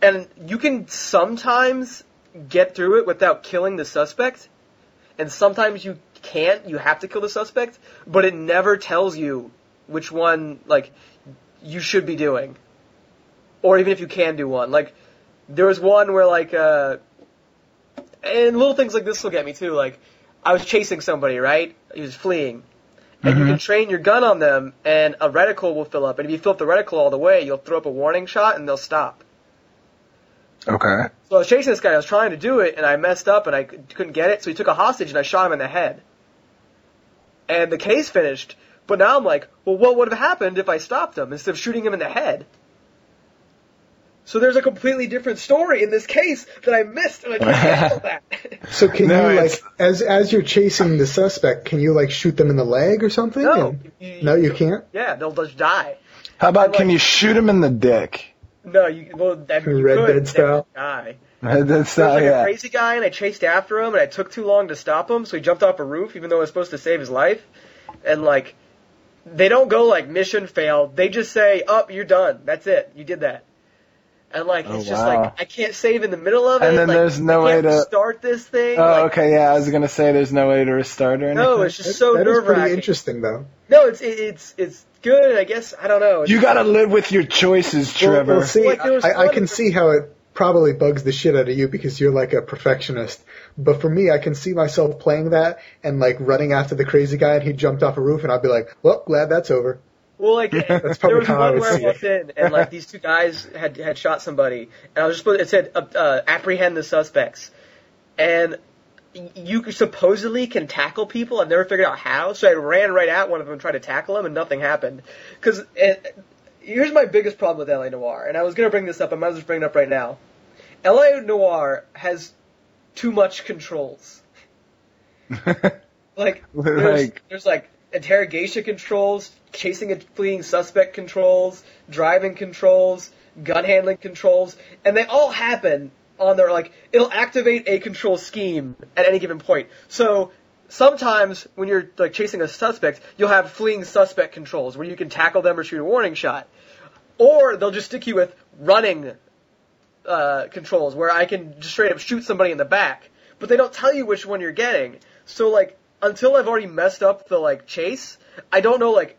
Speaker 3: and you can sometimes get through it without killing the suspect, and sometimes you can't. You have to kill the suspect, but it never tells you which one like you should be doing, or even if you can do one. Like, there was one where like uh, and little things like this will get me too. Like, I was chasing somebody, right? He was fleeing and you can train your gun on them, and a reticle will fill up. And if you fill up the reticle all the way, you'll throw up a warning shot, and they'll stop. Um,
Speaker 2: okay.
Speaker 3: So I was chasing this guy. I was trying to do it, and I messed up, and I c- couldn't get it. So he took a hostage, and I shot him in the head. and the case finished. But now I'm like, well, what would have happened if I stopped him instead of shooting him in the head? So there's a completely different story in this case that I missed, and I can't handle that.
Speaker 1: So can
Speaker 2: No,
Speaker 1: you like
Speaker 2: it's-
Speaker 1: as as you're chasing the suspect, can you like shoot them in the leg or something?
Speaker 3: No.
Speaker 1: And- <laughs> no, you can't.
Speaker 3: yeah, they'll just die.
Speaker 2: How about
Speaker 3: Like-
Speaker 2: can you shoot him in the dick? <laughs>
Speaker 3: No, you well, that
Speaker 1: <laughs>
Speaker 3: you
Speaker 1: Red Dead
Speaker 3: could, they would
Speaker 1: style.
Speaker 3: Die.
Speaker 2: That's
Speaker 3: There was
Speaker 2: not,
Speaker 3: like a
Speaker 2: yeah.
Speaker 3: crazy guy, and I chased after him, and I took too long to stop him, so he jumped off a roof, even though I was supposed to save his life. And like, they don't go like mission failed. They just say, "Up, you're done. That's it. You did that." And like,
Speaker 2: Oh,
Speaker 3: it's just
Speaker 2: wow.
Speaker 3: like I can't save in the middle of it.
Speaker 2: And then
Speaker 3: like,
Speaker 2: there's no
Speaker 3: I can't
Speaker 2: way to-
Speaker 3: start this thing.
Speaker 2: Oh,
Speaker 3: like,
Speaker 2: okay, yeah. I was gonna say there's no way to restart or anything.
Speaker 3: No, it's just
Speaker 1: That-
Speaker 3: so
Speaker 1: that is
Speaker 3: nerve
Speaker 1: pretty
Speaker 3: wracking.
Speaker 1: interesting though.
Speaker 3: No, it's it, it's it's good. I guess I don't know. It's,
Speaker 2: you gotta live with your choices,
Speaker 1: Well,
Speaker 2: Trevor.
Speaker 1: well, see,
Speaker 3: Like, there was
Speaker 1: I, I
Speaker 3: one-
Speaker 1: can see how it probably bugs the shit out of you because you're like a perfectionist. But for me, I can see myself playing that and like running after the crazy guy and he jumped off a roof and I'd be like, well, glad that's over.
Speaker 3: Well, like <laughs> there
Speaker 1: probably
Speaker 3: was
Speaker 1: how I
Speaker 3: one
Speaker 1: would
Speaker 3: where I
Speaker 1: see it.
Speaker 3: walked in, and like these two guys had had shot somebody, and I was just supposed- it said uh, uh, apprehend the suspects, and y- you supposedly can tackle people. I've never figured out how, so I ran right at one of them, tried to tackle him, and nothing happened. Because here's my biggest problem with La Noir, and I was gonna bring this up, I might as well just bring it up right now. La Noir has too much controls. Like there's
Speaker 2: Like-
Speaker 3: there's like interrogation controls, chasing a fleeing suspect controls, driving controls, gun handling controls, and they all happen on their like it'll activate a control scheme at any given point. So sometimes when you're like chasing a suspect, you'll have fleeing suspect controls where you can tackle them or shoot a warning shot. Or they'll just stick you with running uh, controls where I can just straight up shoot somebody in the back, but they don't tell you which one you're getting. So like until I've already messed up the like chase, I don't know like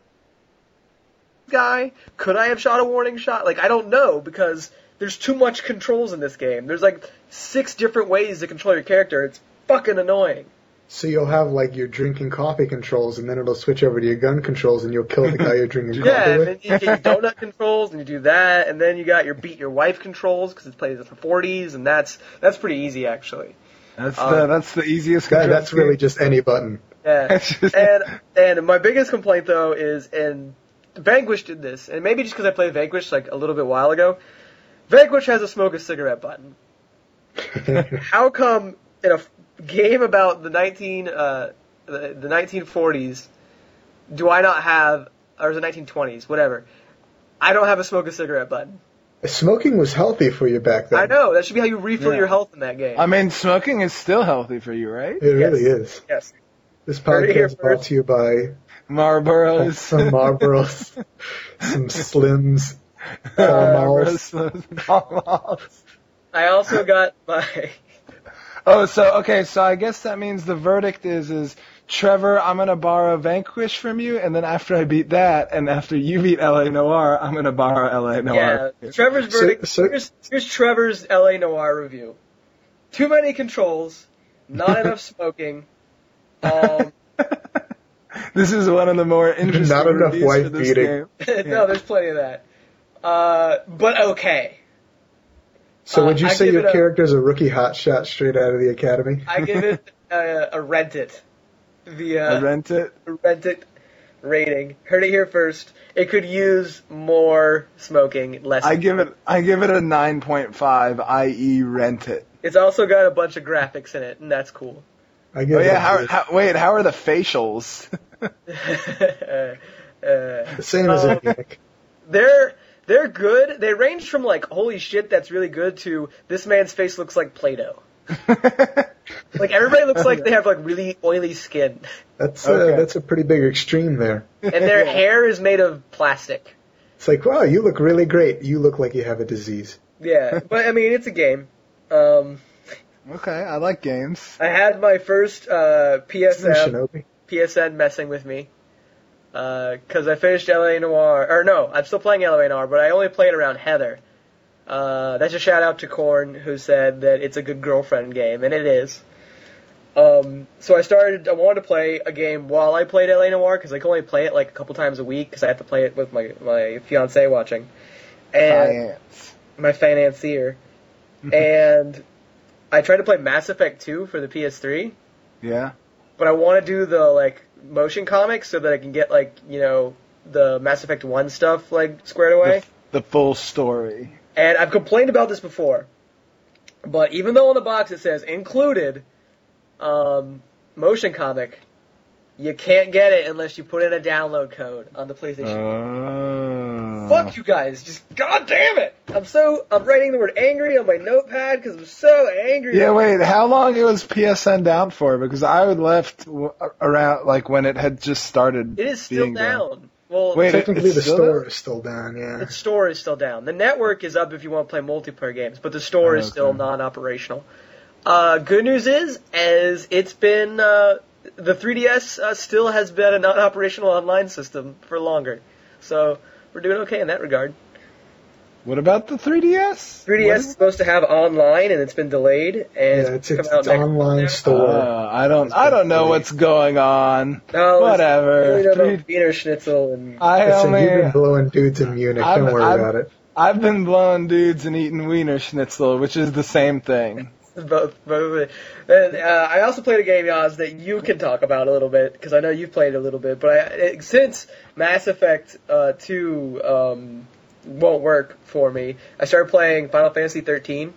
Speaker 3: guy could I have shot a warning shot? Like I don't know because there's too much controls in this game. There's like six different ways to control your character. It's fucking annoying.
Speaker 1: So you'll have like your drinking coffee controls and then it'll switch over to your gun controls and you'll kill the guy you're
Speaker 3: <laughs>
Speaker 1: drinking
Speaker 3: <laughs> Yeah,
Speaker 1: coffee
Speaker 3: and
Speaker 1: with.
Speaker 3: then you get your donut controls and you do that, and then you got your beat your wife controls because it plays in the 40s, and that's that's pretty easy actually.
Speaker 2: that's the
Speaker 3: um,
Speaker 2: that's the easiest.
Speaker 1: That-
Speaker 2: control
Speaker 1: that's really
Speaker 2: scheme.
Speaker 1: just any button.
Speaker 3: Yeah.
Speaker 2: It's just-
Speaker 3: and and my biggest complaint though is and Vanquish did this, and maybe just because I played Vanquish like a little bit while ago, Vanquish has a smoke a
Speaker 2: <laughs>
Speaker 3: cigarette button. How come in a f- game about the nineteen uh, the the nineteen forties do I not have or is it nineteen twenties whatever? I don't have a smoke a cigarette button.
Speaker 1: Smoking was healthy for you back then.
Speaker 3: I know that should be how you refill
Speaker 2: Yeah.
Speaker 3: your health in that game.
Speaker 2: I mean, smoking is still healthy for you, right?
Speaker 1: It
Speaker 3: Yes.
Speaker 1: really is.
Speaker 3: yes.
Speaker 1: This
Speaker 3: Heard it here
Speaker 1: podcast is brought
Speaker 3: first.
Speaker 1: to you by
Speaker 2: Marlboro's.
Speaker 1: some
Speaker 2: <laughs>
Speaker 1: Marlboros, some Slims.
Speaker 2: Marlboro's. Pall Malls.
Speaker 3: I also got my
Speaker 2: Oh, so okay, so I guess that means the verdict is is Trevor, I'm gonna borrow Vanquish from you, and then after I beat that, and after you beat LA Noir, I'm gonna borrow LA
Speaker 3: Yeah,
Speaker 2: Noir.
Speaker 3: Trevor's
Speaker 1: So-
Speaker 3: verdict.
Speaker 1: so-
Speaker 3: here's, here's Trevor's LA Noir review. Too many controls, not enough smoking. Um,
Speaker 2: <laughs>
Speaker 3: <laughs>
Speaker 2: This is one of the more interesting
Speaker 1: Not enough
Speaker 2: reviews
Speaker 1: wife
Speaker 2: for this
Speaker 1: beating.
Speaker 2: game.
Speaker 3: no, there's plenty of that. Uh, but okay,
Speaker 1: So
Speaker 3: Uh,
Speaker 1: would you
Speaker 3: I
Speaker 1: say
Speaker 3: give it
Speaker 1: your
Speaker 3: a-
Speaker 1: character's a rookie hotshot straight out of the academy?
Speaker 3: I give it a, a rent it. The
Speaker 2: I
Speaker 3: uh,
Speaker 2: rent it.
Speaker 3: rent it rating. Heard it here first. It could use more smoking, less.
Speaker 2: I give it. I give it a nine point five, i.e., rent it.
Speaker 3: It's also got a bunch of graphics in it, and that's cool. <laughs>
Speaker 1: I give
Speaker 2: Oh
Speaker 1: it
Speaker 2: yeah.
Speaker 1: a
Speaker 2: How,
Speaker 1: good.
Speaker 2: how, wait, how are the facials? <laughs>
Speaker 3: uh,
Speaker 1: the same as
Speaker 2: Oh.
Speaker 3: Um,
Speaker 1: a gimmick.
Speaker 3: They're they're good. They range from like holy shit that's really good to this man's face looks like <laughs> Play-Doh. Like everybody looks like they have like really oily skin,
Speaker 1: That's uh,
Speaker 2: okay.
Speaker 1: that's a pretty big extreme there.
Speaker 3: and <laughs> their hair is made of plastic.
Speaker 1: It's like, wow, you look really great. You look like you have a disease.
Speaker 3: Yeah, but I mean it's a game. Um,
Speaker 2: okay, I like games.
Speaker 3: I had my first uh,
Speaker 1: Isn't it
Speaker 3: PSM
Speaker 1: Shinobi?
Speaker 3: PSN messing with me because I finished LA Noir or no, I'm still playing LA Noir, but I only played around Heather. Uh, that's a shout out to Korn who said that it's a good girlfriend game, and it is. Um, so I started. I wanted to play a game while I played LA Noir because I can only play it like a couple times a week because I have to play it with my my fiance watching, and
Speaker 2: Science.
Speaker 3: my financier. and I tried to play Mass Effect 2 for the PS3,
Speaker 2: Yeah.
Speaker 3: but I want to do the like motion comics so that I can get like you know the Mass Effect One stuff like squared away.
Speaker 2: The, the full story.
Speaker 3: And I've complained about this before, but even though on the box it says included um, motion comic, you can't get it unless you put in a download code on the PlayStation.
Speaker 2: Oh.
Speaker 3: Fuck you guys! Just god damn it! I'm so I'm writing the word angry on my notepad because I'm so angry.
Speaker 2: Yeah, wait. How long it was PSN down for? Because I would left w- around like when it had just started.
Speaker 3: It is still
Speaker 2: being
Speaker 3: down. Well,
Speaker 2: Wait, it-
Speaker 1: Technically,
Speaker 2: it's
Speaker 1: the
Speaker 2: still
Speaker 1: store
Speaker 2: there?
Speaker 1: is still down. Yeah.
Speaker 3: the store is still down. The network is up if you want to play multiplayer games, but the store is
Speaker 2: Okay.
Speaker 3: still non-operational. Uh, good news is, as it's been uh, the 3DS uh, still has been a non-operational online system for longer, so we're doing okay in that regard.
Speaker 2: What about the 3DS?
Speaker 3: 3DS is
Speaker 2: What
Speaker 3: supposed to have online, and it's been delayed, and
Speaker 1: Yeah,
Speaker 3: it's,
Speaker 1: it's
Speaker 3: come
Speaker 1: it's,
Speaker 3: out
Speaker 1: it's
Speaker 3: next-
Speaker 1: online
Speaker 2: is-
Speaker 1: store.
Speaker 2: Uh, I don't. I don't know what's going on.
Speaker 3: No, it's-
Speaker 2: Whatever.
Speaker 3: we know about
Speaker 2: Three-
Speaker 3: Wiener Schnitzel and
Speaker 2: I
Speaker 1: Listen,
Speaker 2: only.
Speaker 1: you've been blowing dudes in Munich.
Speaker 2: I'm-
Speaker 1: Don't worry
Speaker 2: I'm-
Speaker 1: about it.
Speaker 2: I've been blowing dudes and eating wiener schnitzel, which is the same thing.
Speaker 3: both. both. And, uh, I also played a game, Yaz, that you can talk about a little bit because I know you've played a little bit. But I, it, since Mass Effect uh, Two um, won't work for me, I started playing Final Fantasy Thirteen.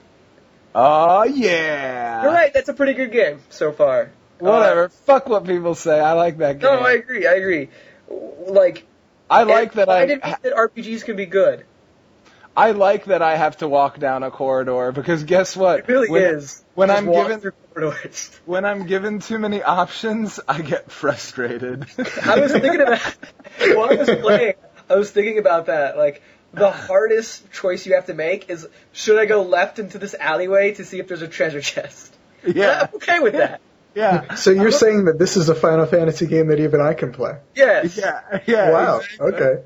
Speaker 2: Oh yeah.
Speaker 3: You're right; that's a pretty good game so far.
Speaker 2: Ah.
Speaker 3: Uh,
Speaker 2: Whatever. Fuck what people say. I like that game.
Speaker 3: No, I agree. I agree. Like
Speaker 2: I like that.
Speaker 3: I
Speaker 2: I
Speaker 3: didn't think that RPGs can be good.
Speaker 2: I like that I have to walk down a corridor because guess what?
Speaker 3: It really
Speaker 2: when,
Speaker 3: is.
Speaker 2: When
Speaker 3: Just
Speaker 2: I'm
Speaker 3: walk
Speaker 2: given
Speaker 3: through corridors.
Speaker 2: when I'm given too many options, I get frustrated.
Speaker 3: I was thinking about while I was playing. I was thinking about that. Like the hardest choice you have to make is should I go left into this alleyway to see if there's a treasure chest?
Speaker 2: <laughs> yeah,
Speaker 3: I'm okay with that.
Speaker 2: yeah,
Speaker 1: So you're saying that this is a Final Fantasy game that even I can play?
Speaker 3: Yes.
Speaker 2: yeah, yeah.
Speaker 1: wow.
Speaker 2: exactly.
Speaker 1: Okay.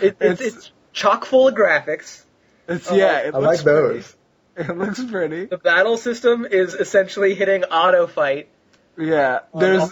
Speaker 3: It, it's,
Speaker 2: It's-
Speaker 3: it's chock full of graphics.
Speaker 2: It's
Speaker 3: I
Speaker 2: yeah.
Speaker 3: like-
Speaker 2: it
Speaker 1: I
Speaker 2: looks
Speaker 1: like those.
Speaker 2: Pretty. It looks pretty.
Speaker 3: The battle system is essentially hitting auto fight.
Speaker 2: Yeah. There's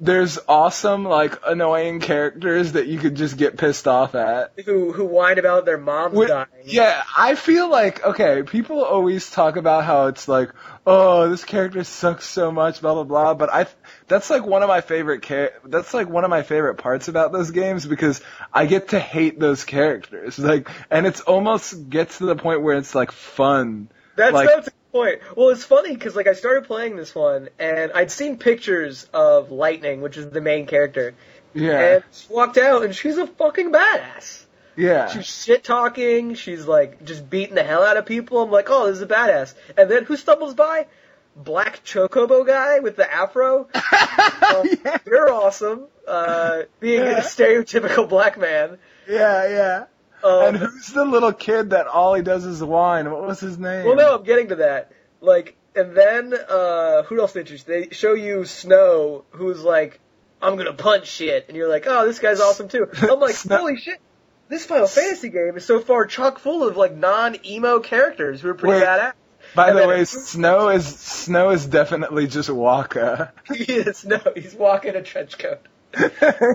Speaker 2: there's awesome like annoying characters that you could just get pissed off at.
Speaker 3: Who who whine about their moms
Speaker 2: Wh-
Speaker 3: dying?
Speaker 2: Yeah, I feel like okay. People always talk about how it's like, oh, this character sucks so much, blah blah blah. But I, that's like one of my favorite char- That's like one of my favorite parts about those games because I get to hate those characters. <laughs> Like, and it's almost gets to the point where it's like fun.
Speaker 3: That's
Speaker 2: Like-
Speaker 3: that's the point. Well, it's funny because like I started playing this one and I'd seen pictures of Lightning, which is the main character,
Speaker 2: Yeah,
Speaker 3: and she walked out and she's a fucking badass.
Speaker 2: yeah,
Speaker 3: She's shit talking, she's like just beating the hell out of people. I'm like, oh, this is a badass. And then who stumbles by? Black Chocobo guy with
Speaker 2: <laughs>
Speaker 3: the afro. Uh, You're awesome. Uh, being a stereotypical black man.
Speaker 2: yeah, yeah.
Speaker 3: Um,
Speaker 2: And who's the little kid that all he does is whine? What was his name?
Speaker 3: well, no, I'm getting to that. Like, and then uh, who else did you? They show you Snow, who's like, I'm gonna punch shit, and you're like, oh, this guy's awesome too. I'm like,
Speaker 2: Snow-
Speaker 3: holy shit. This Final Fantasy game is so far chock full of like non-emo characters who are pretty
Speaker 2: Wait.
Speaker 3: badass. <laughs>
Speaker 2: By
Speaker 3: and
Speaker 2: the
Speaker 3: then-
Speaker 2: way, Snow is Snow is definitely just Waka.
Speaker 3: He is no, he's walking a trench coat.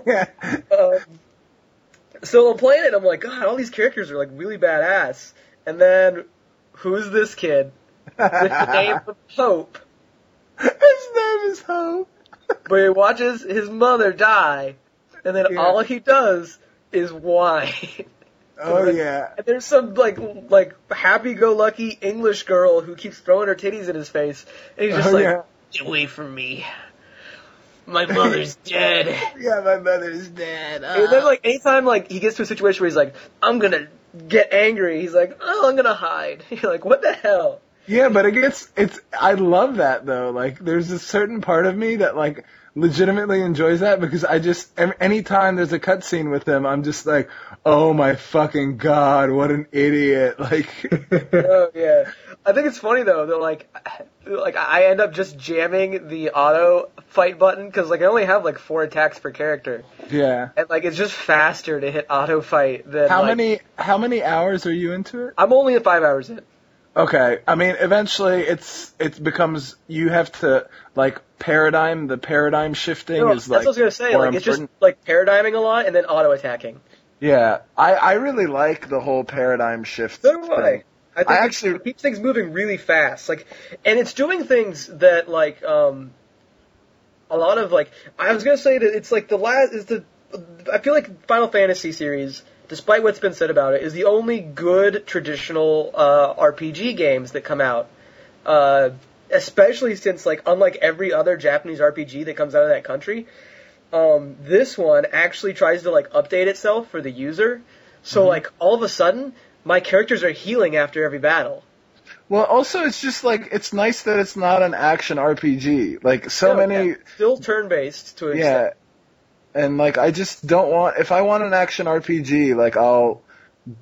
Speaker 2: yeah.
Speaker 3: Um, so I'm playing it. I'm like, God, all these characters are like really badass. And then, who's this kid with the name of Hope?
Speaker 2: His name is Hope.
Speaker 3: but he watches his mother die, and then
Speaker 2: Yeah.
Speaker 3: all he does is whine. <laughs>
Speaker 2: Oh yeah.
Speaker 3: and there's some like like happy-go-lucky English girl who keeps throwing her titties in his face, and he's just
Speaker 2: Oh
Speaker 3: like,
Speaker 2: yeah.
Speaker 3: "Get away from me!
Speaker 2: <laughs>
Speaker 3: My mother's dead."
Speaker 2: Yeah, my mother's dead.
Speaker 3: and then like anytime like he gets to a situation where he's like, "I'm gonna get angry," he's like, "Oh, I'm gonna hide." <laughs> You're like, "What the hell?"
Speaker 2: yeah, but it gets it's I love that though. Like there's a certain part of me that like legitimately enjoys that because I just am- anytime there's a cutscene with him, I'm just like, "Oh my fucking god, what an idiot." Like <laughs>
Speaker 3: oh yeah, I think it's funny though that like, <sighs> like I end up just jamming the auto fight button because like I only have like four attacks per character,
Speaker 2: yeah.
Speaker 3: and like it's just faster to hit auto fight than
Speaker 2: How
Speaker 3: like-
Speaker 2: many how many hours are you into it?
Speaker 3: I'm only at five hours in.
Speaker 2: Okay, I mean, eventually it's it becomes you have to like paradigm the paradigm shifting
Speaker 3: No,
Speaker 2: is
Speaker 3: that's
Speaker 2: like
Speaker 3: what I was gonna say.
Speaker 2: more
Speaker 3: Like it's just
Speaker 2: important.
Speaker 3: like paradigming a lot and then auto attacking.
Speaker 2: yeah. I I really like the whole paradigm shift.
Speaker 3: <laughs> So do I.
Speaker 2: thing.
Speaker 3: I think
Speaker 2: I
Speaker 3: it-
Speaker 2: actually-
Speaker 3: it keeps things moving really fast. Like, and it's doing things that like um, a lot of like I was gonna say that it's like the last is the I feel like Final Fantasy series, despite what's been said about it, is the only good traditional uh, RPG games that come out. Uh, especially since like unlike every other Japanese RPG that comes out of that country, um, this one actually tries to like update itself for the user. So like all of a sudden, my characters are healing after every battle.
Speaker 2: Well, also it's just like it's nice that it's not an action RPG. Like so
Speaker 3: No,
Speaker 2: many,
Speaker 3: yeah, still turn based to an extent.
Speaker 2: yeah. And like I just don't want if I want an action RPG, like I'll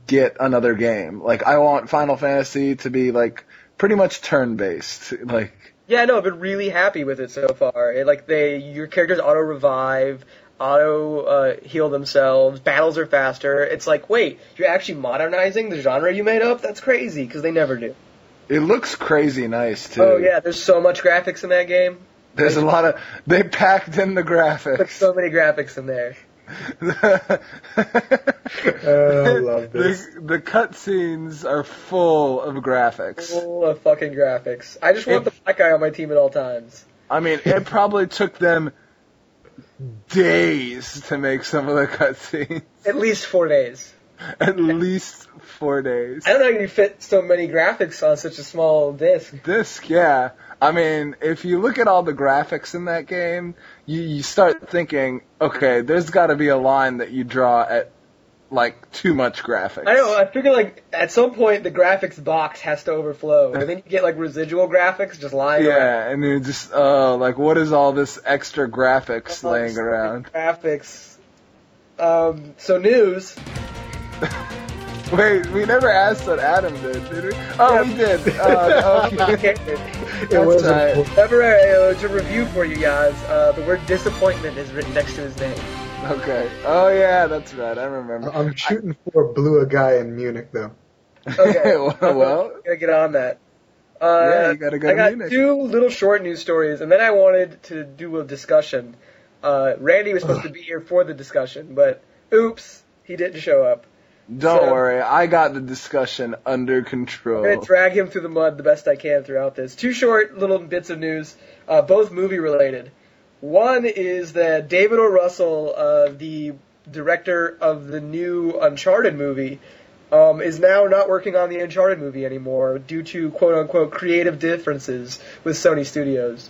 Speaker 2: get another game. Like I want Final Fantasy to be like pretty much turn based. Like
Speaker 3: Yeah, no, I've been really happy with it so far. It, like they, your characters auto revive, auto uh, heal themselves. Battles are faster. It's like, wait, you're actually modernizing the genre you made up? That's crazy because they never do.
Speaker 2: it looks crazy nice too.
Speaker 3: Oh yeah, there's so much graphics in that game.
Speaker 2: There's a lot of they packed in the
Speaker 3: There's
Speaker 2: graphics.
Speaker 3: so many graphics in there.
Speaker 1: Oh, I love this.
Speaker 2: The, the cutscenes are full of graphics.
Speaker 3: Full of fucking graphics. I just want the black guy on my team at all times.
Speaker 2: I mean, it probably took them days to make some of the cutscenes. <laughs>
Speaker 3: At least four days.
Speaker 2: At least four days.
Speaker 3: I don't know how you fit so many graphics on such a small disc.
Speaker 2: Disc, yeah. I mean, if you look at all the graphics in that game, you, you start thinking, okay, there's got to be a line that you draw at like too much graphics.
Speaker 3: I know. I figure like at some point the graphics box has to overflow, and then you get like residual graphics just lying. around.
Speaker 2: Yeah, and you just oh, like what is all this extra graphics laying
Speaker 3: Just, like,
Speaker 2: around? <laughs>
Speaker 3: Graphics. Um. So news.
Speaker 2: Wait, we never asked what Adam did, did we? Oh, we did.
Speaker 3: <laughs>
Speaker 2: Uh, <laughs> okay.
Speaker 1: It was
Speaker 2: right.
Speaker 1: important.
Speaker 3: Um, February. Uh, it's a review for you guys. Uh, the word disappointment is written next to his name.
Speaker 2: Okay. Oh yeah, that's right. I remember.
Speaker 1: I'm shooting for blew a guy in Munich though.
Speaker 2: <laughs>
Speaker 3: Okay. <laughs>
Speaker 2: well,
Speaker 3: I'm gonna get on that. Uh,
Speaker 2: Yeah, you gotta go
Speaker 3: I
Speaker 2: to
Speaker 3: got
Speaker 2: Munich.
Speaker 3: two little short news stories, and then I wanted to do a discussion. Uh, Randy was supposed to be here for the discussion, but oops, he didn't show up.
Speaker 2: don't
Speaker 3: So-
Speaker 2: worry. I got the discussion under
Speaker 3: I'm gonna
Speaker 2: control.
Speaker 3: drag him through the mud the best I can throughout this. Two short little bits of news, uh, both movie related. One is that David O. Russell, uh, the director of the new Uncharted movie, um, is now not working on the Uncharted movie anymore due to quote unquote creative differences with Sony Studios.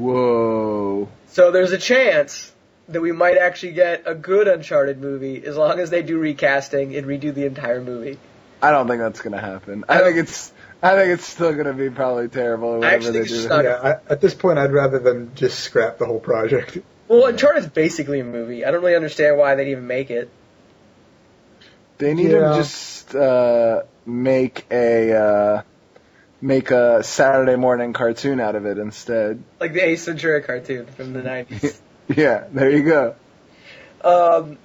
Speaker 2: Whoa.
Speaker 3: So there's a chance that we might actually get a good Uncharted movie as long as they do recasting and redo the entire movie.
Speaker 2: I don't think that's gonna happen. I think it's. I think it's still gonna be probably terrible. Whatever
Speaker 3: actually
Speaker 2: they
Speaker 3: think it's
Speaker 2: do.
Speaker 3: just not-
Speaker 1: Yeah, I, at this point, I'd rather them just scrap the whole project.
Speaker 3: Well, Uncharted's basically a movie. I don't really understand why they'd even make it.
Speaker 2: They need
Speaker 1: Yeah.
Speaker 2: to just uh, make a uh, make a Saturday morning cartoon out of it instead.
Speaker 3: Like the Ace Ventura cartoon from
Speaker 1: <laughs>
Speaker 3: the 90s.
Speaker 2: Yeah, there you go.
Speaker 3: um,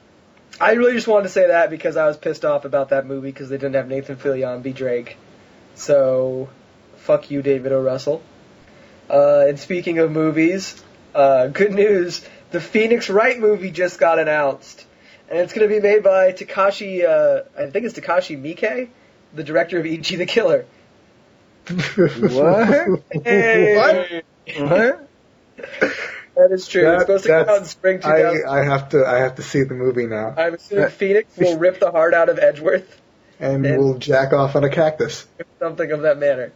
Speaker 3: I really just wanted to say that because I was pissed off about that movie because they didn't have Nathan Fillion be Drake. So, fuck you, David O. Russell. Uh, and speaking of movies, uh, good news the Phoenix Wright movie just got announced. And it's going to be made by Takashi, uh, I think it's Takashi Miike, the director of Ichi the Killer.
Speaker 1: <laughs>
Speaker 2: What?
Speaker 3: Hey!
Speaker 2: What?
Speaker 3: That is true. it's
Speaker 1: That-
Speaker 3: supposed to come out in
Speaker 1: that's-
Speaker 3: spring
Speaker 1: I,
Speaker 3: 2000.
Speaker 1: I have to I have to see the movie now,
Speaker 3: I, am assuming
Speaker 2: that-
Speaker 3: Phoenix will rip the heart out of Edgeworth,
Speaker 1: and
Speaker 3: that-
Speaker 1: we'll jack off on a cactus.
Speaker 3: if something of that manner.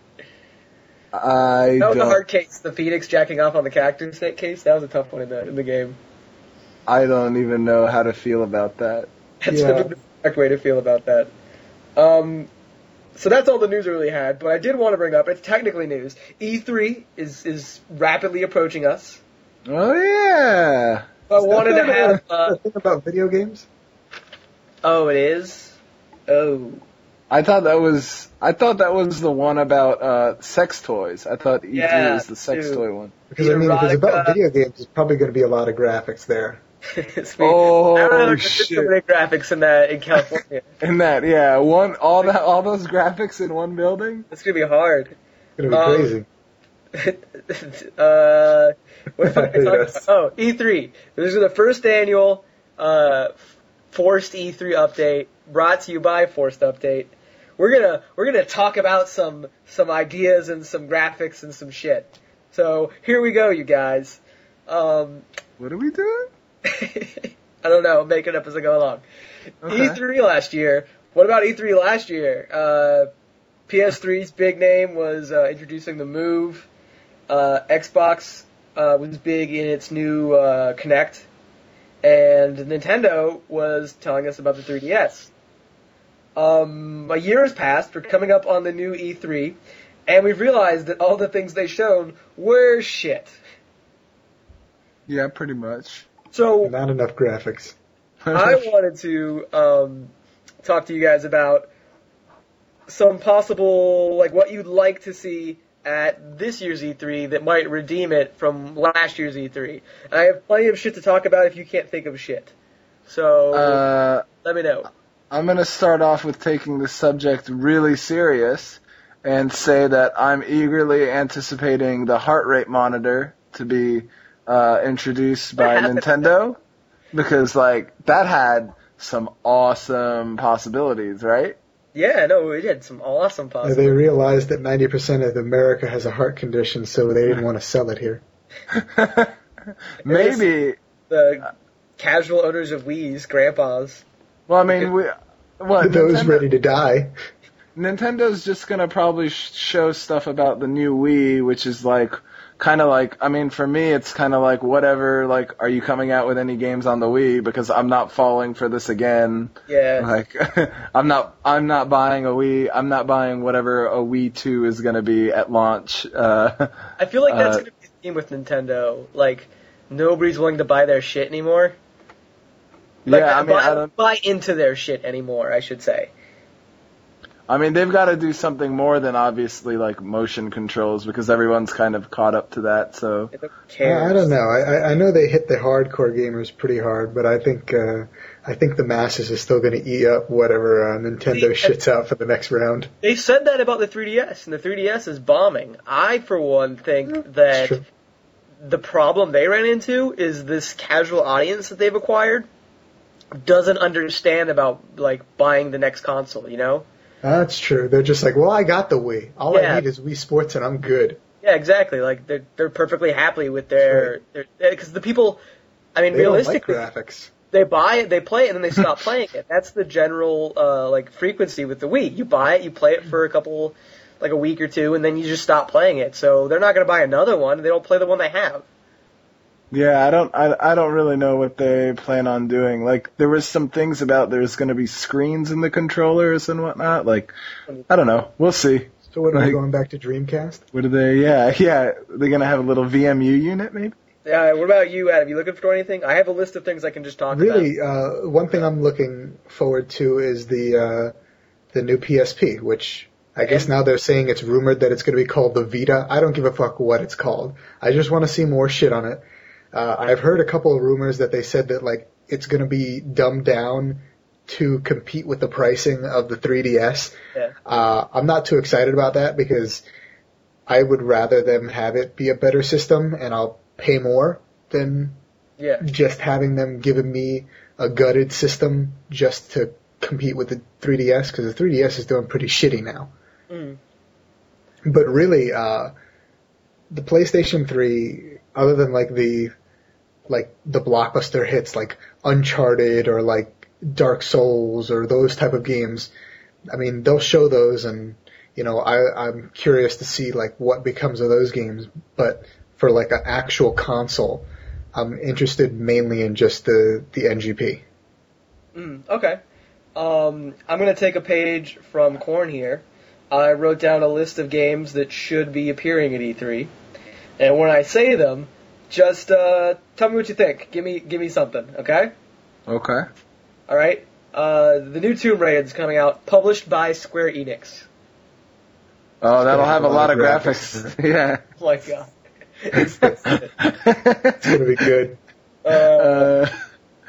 Speaker 2: I
Speaker 3: That was a
Speaker 2: don't.
Speaker 3: hard case. The Phoenix jacking off on the cactus that case. That was a tough one in the in the game. <laughs>
Speaker 2: I don't even know how to feel about that.
Speaker 3: That's
Speaker 1: Yeah.
Speaker 3: the correct way to feel about that. Um, so that's all the news I really had. But I did want to bring up it's technically news. E3 is is rapidly approaching us.
Speaker 2: Oh yeah.
Speaker 3: I wanted to have.
Speaker 2: <laughs>
Speaker 3: Uh,
Speaker 1: the thing about video games.
Speaker 3: oh, it is. Oh. <laughs>
Speaker 2: I thought that was. I thought that was the one about uh, sex toys. I thought E3
Speaker 3: Yeah,
Speaker 2: was the sex
Speaker 3: dude.
Speaker 2: toy one.
Speaker 1: Because I mean, if it's about
Speaker 3: Erotica.
Speaker 1: video games, there's probably going to be a lot of graphics there.
Speaker 3: It's me.
Speaker 2: Oh,
Speaker 3: I don't know, there's
Speaker 2: shit.
Speaker 3: so many graphics in that in California.
Speaker 2: And that, yeah, one all that all those graphics in one building.
Speaker 3: It's gonna be hard.
Speaker 1: It's going to be
Speaker 3: Um,
Speaker 1: crazy.
Speaker 3: <laughs> uh, what the fuck am I talking
Speaker 1: Yes.
Speaker 3: about? Oh, E3. This is the first annual uh, forced E3 update, brought to you by Forced Update. We're gonna we're gonna talk about some some ideas and some graphics and some shit. So here we go, you guys. Um,
Speaker 2: What are we doing?
Speaker 3: <laughs> I don't know. I'm making it up as I go along.
Speaker 2: Okay.
Speaker 3: E3 last year. What about E3 last year? Uh, PS3's big name was uh, introducing the Move. Uh, Xbox uh, was big in its new uh, Connect, and Nintendo was telling us about the 3DS. Um, a year has passed. We're coming up on the new E3, and we've realized that all the things they showed were shit.
Speaker 2: Yeah, pretty much.
Speaker 3: So
Speaker 1: Not enough graphics.
Speaker 2: <laughs>
Speaker 3: I wanted to um, talk to you guys about some possible, like, what you'd like to see at this year's E3 that might redeem it from last year's E3. And I have plenty of shit to talk about if you can't think of shit. So
Speaker 2: uh,
Speaker 3: let me know.
Speaker 2: I'm going to start off with taking the subject really serious and say that I'm eagerly anticipating the heart rate monitor to be uh, introduced by
Speaker 3: happened?
Speaker 2: Nintendo because, like, that had some awesome possibilities, right? <laughs>
Speaker 3: Yeah, no, we did some awesome
Speaker 1: Uh,
Speaker 3: possible.
Speaker 1: They realized that 90% of America has a heart condition, so they didn't want to sell it here.
Speaker 2: Maybe.
Speaker 3: The casual owners of Wii's, grandpas.
Speaker 2: Well, I mean, we.
Speaker 1: <laughs>
Speaker 2: What,
Speaker 1: Those
Speaker 2: Nintendo-
Speaker 1: ready to die.
Speaker 2: Nintendo's just gonna probably sh- show stuff about the new Wii, which is like kind of like I mean for me it's kind of like whatever like are you coming out with any games on the Wii because I'm not falling for this again
Speaker 3: Yeah.
Speaker 2: like <laughs> I'm not I'm not buying a Wii I'm not buying whatever a Wii 2 is going to be at launch <laughs> uh
Speaker 3: I feel like that's
Speaker 2: Uh,
Speaker 3: going to be the theme with Nintendo. Like, nobody's willing to buy their shit anymore. Like,
Speaker 2: yeah I mean
Speaker 3: buy,
Speaker 2: I don't
Speaker 3: buy into their shit anymore, I should say.
Speaker 2: I mean they've got to do something more than obviously like motion controls because everyone's kind of caught up to that so
Speaker 3: Who
Speaker 1: I
Speaker 3: cares?
Speaker 1: I don't know. I, I- I know they hit the hardcore gamers pretty hard, but I think uh, I think the masses is still going to eat up whatever uh, Nintendo shits out for the next round.
Speaker 3: They said that about the 3DS, and the 3DS is bombing. I, for one, think that
Speaker 1: true.
Speaker 3: the problem they ran into is this casual audience that they've acquired doesn't understand about like buying the next console. You know?
Speaker 1: That's true. They're just like, well, I got the Wii. All
Speaker 3: Yeah.
Speaker 1: I need is Wii Sports, and I'm good.
Speaker 3: Yeah, exactly. Like they're they're perfectly happy with their because the people. I mean,
Speaker 1: They don't like
Speaker 3: realistically,
Speaker 1: graphics.
Speaker 3: they buy it, they play it, and then they <laughs> stop playing it. That's the general uh, like frequency with the Wii. You buy it, you play it for a couple, like a week or two, and then you just stop playing it. So they're not going to buy another one. They don't play the one they have.
Speaker 2: Yeah, I don't, I, I don't really know what they plan on doing. Like, there was some things about there's going to be screens in the controllers and whatnot. Like, I don't know. We'll see.
Speaker 1: So what are
Speaker 2: Like-
Speaker 1: we going back to Dreamcast?
Speaker 2: What are they? Yeah, <laughs> yeah. They're going to have a little VMU unit, maybe.
Speaker 3: Uh, what about you, Adam? You looking for anything? I have a list of things I can just talk about.
Speaker 1: Really, uh, one thing I'm looking forward to is the uh, the new PSP, which I guess now they're saying it's rumored that it's going to be called the Vita. I don't give a fuck what it's called. I just want to see more shit on it. Uh, I've heard a couple of rumors that they said that like it's going to be dumbed down to compete with the pricing of the 3DS.
Speaker 3: Yeah.
Speaker 1: Uh, I'm not too excited about that because I would rather them have it be a better system and I'll pay more than
Speaker 3: Yeah.
Speaker 1: just having them giving me a gutted system just to compete with the 3DS because the 3DS is doing pretty shitty now.
Speaker 3: Mm.
Speaker 1: But really, uh, the PlayStation 3, other than like the like the blockbuster hits like Uncharted or like Dark Souls or those type of games, I mean they'll show those and you know I I'm curious to see like what becomes of those games. But for like an actual console, I'm interested mainly in just the the NGP.
Speaker 3: Mm, okay. Um, I'm going to take a page from Corn here. I wrote down a list of games that should be appearing at E3, and when I say them, just uh, tell me what you think. Give me give me something, okay?
Speaker 2: Okay.
Speaker 3: All right. Uh, the new Tomb Raider is coming out, published by Square Enix.
Speaker 2: Oh, that'll have a lot of graphics. <laughs>
Speaker 3: Like, uh,
Speaker 2: yeah.
Speaker 1: It's gonna be good.
Speaker 3: uh,
Speaker 2: <laughs>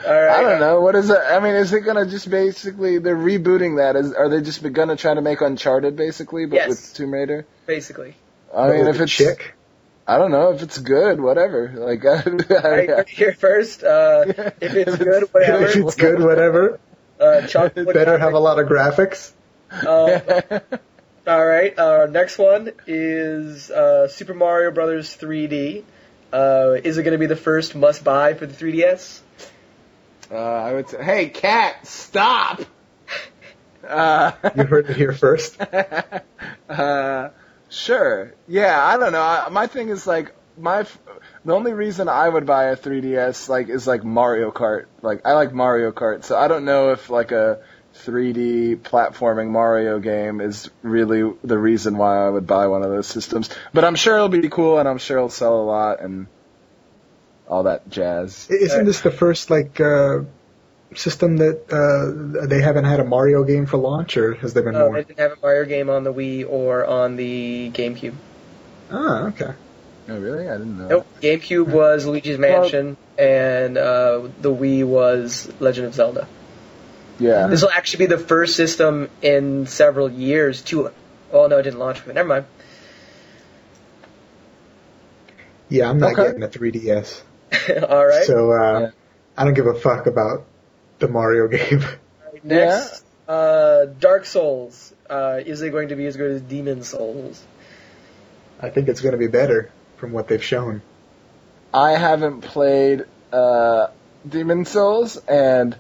Speaker 2: Uh,
Speaker 3: all right.
Speaker 2: I don't know. What is it? I mean, is it going to just basically they're rebooting that? Is are they just going to try to make Uncharted basically, but
Speaker 3: Yes.
Speaker 2: with Tomb Raider?
Speaker 3: Basically,
Speaker 2: I mean,
Speaker 1: With
Speaker 2: if
Speaker 1: the
Speaker 2: it's
Speaker 1: chick,
Speaker 2: I don't know if it's good, whatever. Like, <laughs>
Speaker 3: all right,
Speaker 2: I,
Speaker 3: here first. Uh,
Speaker 2: <laughs>
Speaker 3: if it's good, whatever.
Speaker 1: if it's good, whatever.
Speaker 3: Uh, chocolate
Speaker 1: Better have a lot of graphics.
Speaker 3: Uh, all right. Uh, next one is uh, Super Mario Brothers 3D. Uh, is it going to be the first must buy for the 3DS?
Speaker 2: <laughs> Uh, I would say, hey, cat,
Speaker 3: <laughs>
Speaker 2: stop. <laughs> Uh,
Speaker 1: You heard it here
Speaker 2: <laughs>
Speaker 1: first.
Speaker 2: uh, sure. Yeah, I don't know. I, my thing is like my f- the only reason I would buy a 3DS like is like Mario Kart. Like I like Mario Kart, so I don't know if like a 3D platforming Mario game is really the reason why I would buy one of those systems. But I'm sure it'll be cool, and I'm sure it'll sell a lot and all that jazz.
Speaker 1: Isn't this the first like uh, system that uh, they haven't had a Mario game for launch, or has there been
Speaker 3: Uh, they
Speaker 1: more?
Speaker 3: didn't have a Mario game on the Wii or on the GameCube.
Speaker 1: Ah, okay.
Speaker 2: Oh, really? I didn't know.
Speaker 3: Nope. GameCube was Luigi's Mansion, and uh, the Wii was Legend of Zelda.
Speaker 2: Yeah.
Speaker 3: This will actually be the first system in several years to. Oh no, it didn't launch with it. Never mind. <laughs>
Speaker 1: Yeah, I'm not
Speaker 2: Okay.
Speaker 1: getting a 3DS,
Speaker 3: All right.
Speaker 1: so uh,
Speaker 2: Yeah.
Speaker 1: I don't give a fuck about the Mario <laughs> game.
Speaker 3: Next, uh, Dark Souls. Uh, is it going to be as good as Demon Souls?
Speaker 1: I think it's going to be better from what they've shown.
Speaker 2: I haven't played uh, Demon Souls, and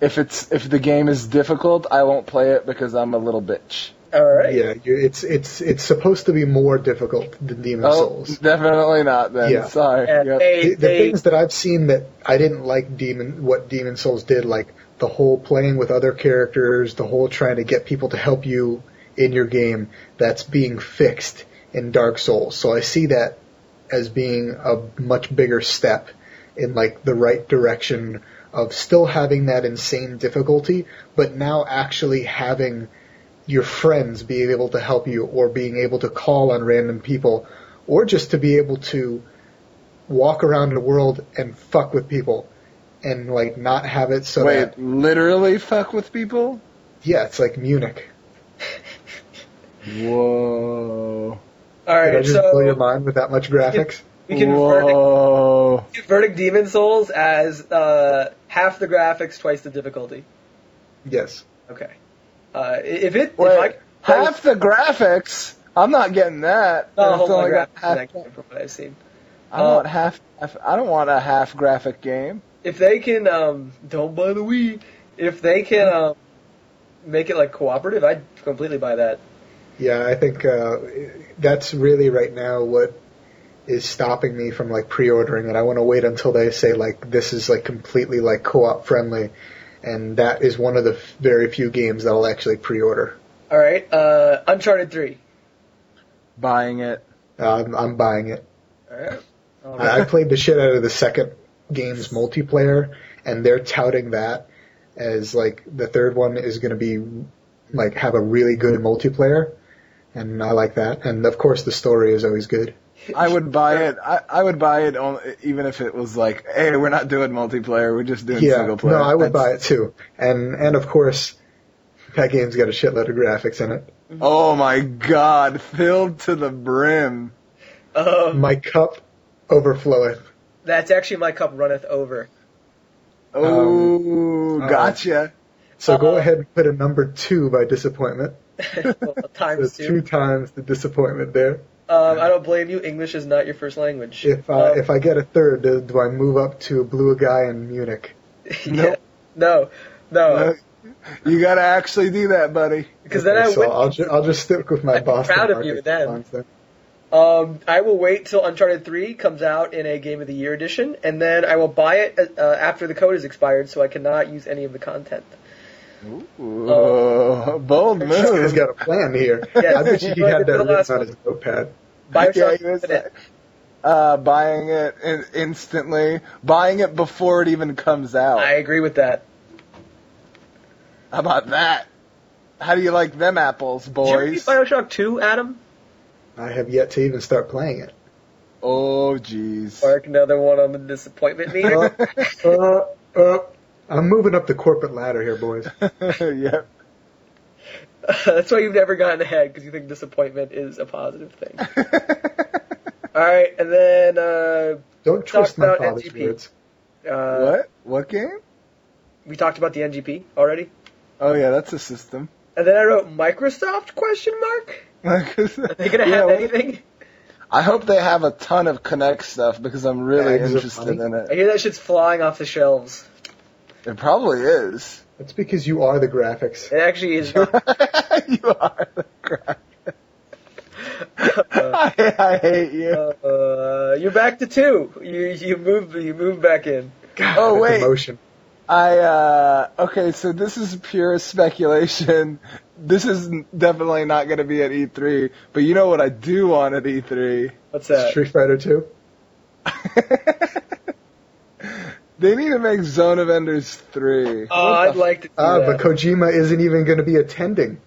Speaker 2: if it's if the game is difficult, I won't play it because I'm a little bitch.
Speaker 3: All right.
Speaker 1: Yeah, you, it's it's it's supposed to be more difficult than Demon Souls.
Speaker 2: Oh, definitely not. Then
Speaker 1: Yeah.
Speaker 2: sorry.
Speaker 3: And
Speaker 2: Yep.
Speaker 3: they,
Speaker 1: The, the
Speaker 3: they,
Speaker 1: things that I've seen that I didn't like Demon what Demon Souls did, like the whole playing with other characters, the whole trying to get people to help you in your game, that's being fixed in Dark Souls. So I see that as being a much bigger step in like the right direction of still having that insane difficulty, but now actually having your friends being able to help you or being able to call on random people or just to be able to walk around the world and fuck with people and like not have it so
Speaker 2: Wait,
Speaker 1: that
Speaker 2: literally fuck with people?
Speaker 1: yeah, it's like Munich.
Speaker 2: Whoa.
Speaker 3: all
Speaker 1: Did I
Speaker 3: right.
Speaker 1: just blow your
Speaker 3: So
Speaker 1: mind with that much graphics?
Speaker 3: we can verdict,
Speaker 2: Whoa.
Speaker 3: we can verdict Demon Souls as uh, half the graphics, twice the difficulty.
Speaker 1: Yes.
Speaker 3: Okay. Uh, if it, if I,
Speaker 2: Wait, half the graphics. I'm not getting that.
Speaker 3: the
Speaker 2: It's
Speaker 3: whole
Speaker 2: only got
Speaker 3: graphics Uh,
Speaker 2: half-
Speaker 3: that game from what I've seen.
Speaker 2: I don't want half. I don't want a half graphic game.
Speaker 3: If they can, um, don't buy the Wii. If they can um, make it like cooperative, I'd completely buy that.
Speaker 1: Yeah, I think uh, that's really right now what is stopping me from like pre-ordering it. I want to wait until they say like this is like completely like co-op friendly, and that is one of the f- very few games that I'll actually pre-order.
Speaker 3: All right. Uh, Uncharted Three.
Speaker 2: Buying it.
Speaker 1: Um, I'm buying it.
Speaker 3: All right. All right.
Speaker 1: I, I played the shit out of the second game's multiplayer, and they're touting that as like the third one is going to be like have a really good multiplayer, and I like that. And of course, the story is always good.
Speaker 2: I would buy it. I, I would buy it only, even if it was like, hey, we're not doing multiplayer. We're just doing
Speaker 1: yeah,
Speaker 2: single player.
Speaker 1: no, I would
Speaker 2: That's-
Speaker 1: buy it too, and and of course, that game's got a shitload of graphics in it.
Speaker 2: Oh my god, filled to the brim.
Speaker 3: Um,
Speaker 1: My cup overfloweth.
Speaker 3: That's actually my cup runneth over. <laughs>
Speaker 1: Um,
Speaker 2: Oh,
Speaker 1: uh-oh.
Speaker 2: gotcha.
Speaker 1: So go
Speaker 3: Uh-oh.
Speaker 1: ahead and put a number two by disappointment.
Speaker 3: well, times
Speaker 1: There's two
Speaker 3: two.
Speaker 1: times the disappointment there.
Speaker 3: Um, I don't blame you. English is not your first language.
Speaker 1: If uh,
Speaker 3: Um,
Speaker 1: if I get a third, do, do I move up to blue a guy in Munich?
Speaker 3: Um, <laughs> yeah. no,
Speaker 1: uh,
Speaker 3: no,
Speaker 2: You gotta actually do that, buddy.
Speaker 3: because then I
Speaker 1: so
Speaker 3: would.
Speaker 1: I'll, ju- I'll just stick with my
Speaker 3: I'd be
Speaker 1: Boston.
Speaker 3: proud of you
Speaker 1: market
Speaker 3: then.
Speaker 1: songs
Speaker 3: Um, I will wait till Uncharted Three comes out in a Game of the Year edition, and then I will buy it uh, after the code is expired, so I cannot use any of the content.
Speaker 2: Ooh, Oh, bold
Speaker 1: This guy's
Speaker 2: move.
Speaker 1: got a plan here.
Speaker 3: <laughs> Yeah.
Speaker 1: I bet you he
Speaker 3: Look at
Speaker 1: had
Speaker 3: the
Speaker 1: that
Speaker 3: last
Speaker 1: written on
Speaker 3: one.
Speaker 1: his notepad.
Speaker 3: Bioshock
Speaker 2: Yeah, he was
Speaker 3: Infinite.
Speaker 2: uh, buying it in- instantly, buying it before it even comes out.
Speaker 3: I agree with that.
Speaker 2: How about that? How do you like them apples,
Speaker 3: Did you read
Speaker 2: boys?
Speaker 3: Bioshock Two, Adam?
Speaker 1: I have yet to even start playing
Speaker 3: <laughs>
Speaker 1: it.
Speaker 2: Oh, jeez.
Speaker 3: Mark another one on the disappointment meter.
Speaker 1: Uh, uh, uh, I'm moving up the corporate ladder here, boys.
Speaker 2: <laughs> yep.
Speaker 3: <laughs> That's why you've never gotten ahead because you think disappointment is a positive thing. All right, and then uh,
Speaker 1: Don't twist my
Speaker 3: about
Speaker 1: father's
Speaker 3: NGP.
Speaker 1: words.
Speaker 2: <laughs>
Speaker 3: uh,
Speaker 2: what? What game?
Speaker 3: we talked about the NGP already,
Speaker 2: Oh yeah, that's a system. <laughs>
Speaker 3: and then I wrote Microsoft question mark.
Speaker 2: Like,
Speaker 3: Are they gonna
Speaker 2: yeah,
Speaker 3: have
Speaker 2: what-
Speaker 3: anything?
Speaker 2: I hope they have a ton of Connect stuff because I'm really
Speaker 1: Bags of
Speaker 2: interested
Speaker 1: money?
Speaker 2: in
Speaker 3: I
Speaker 2: it.
Speaker 3: hear that shit's flying off the shelves.
Speaker 2: It probably is. <laughs>
Speaker 1: That's because you are the graphics.
Speaker 2: Oh,
Speaker 3: It actually is.
Speaker 2: you are the crap. <laughs> I, I hate you.
Speaker 3: Uh, you're back to two. You you move you move back in.
Speaker 1: God,
Speaker 2: Oh,
Speaker 1: the
Speaker 2: wait.
Speaker 1: demotion.
Speaker 2: I uh okay, so this is pure speculation. This is definitely not going to be at E3, but you know what I do want at E E3?
Speaker 3: What's that?
Speaker 1: Street Fighter Two.
Speaker 2: <laughs> they need to make Zone of Enders 3.
Speaker 3: Oh, I'd like to. Do
Speaker 1: Ah,
Speaker 3: that.
Speaker 1: but Kojima isn't even going to be attending.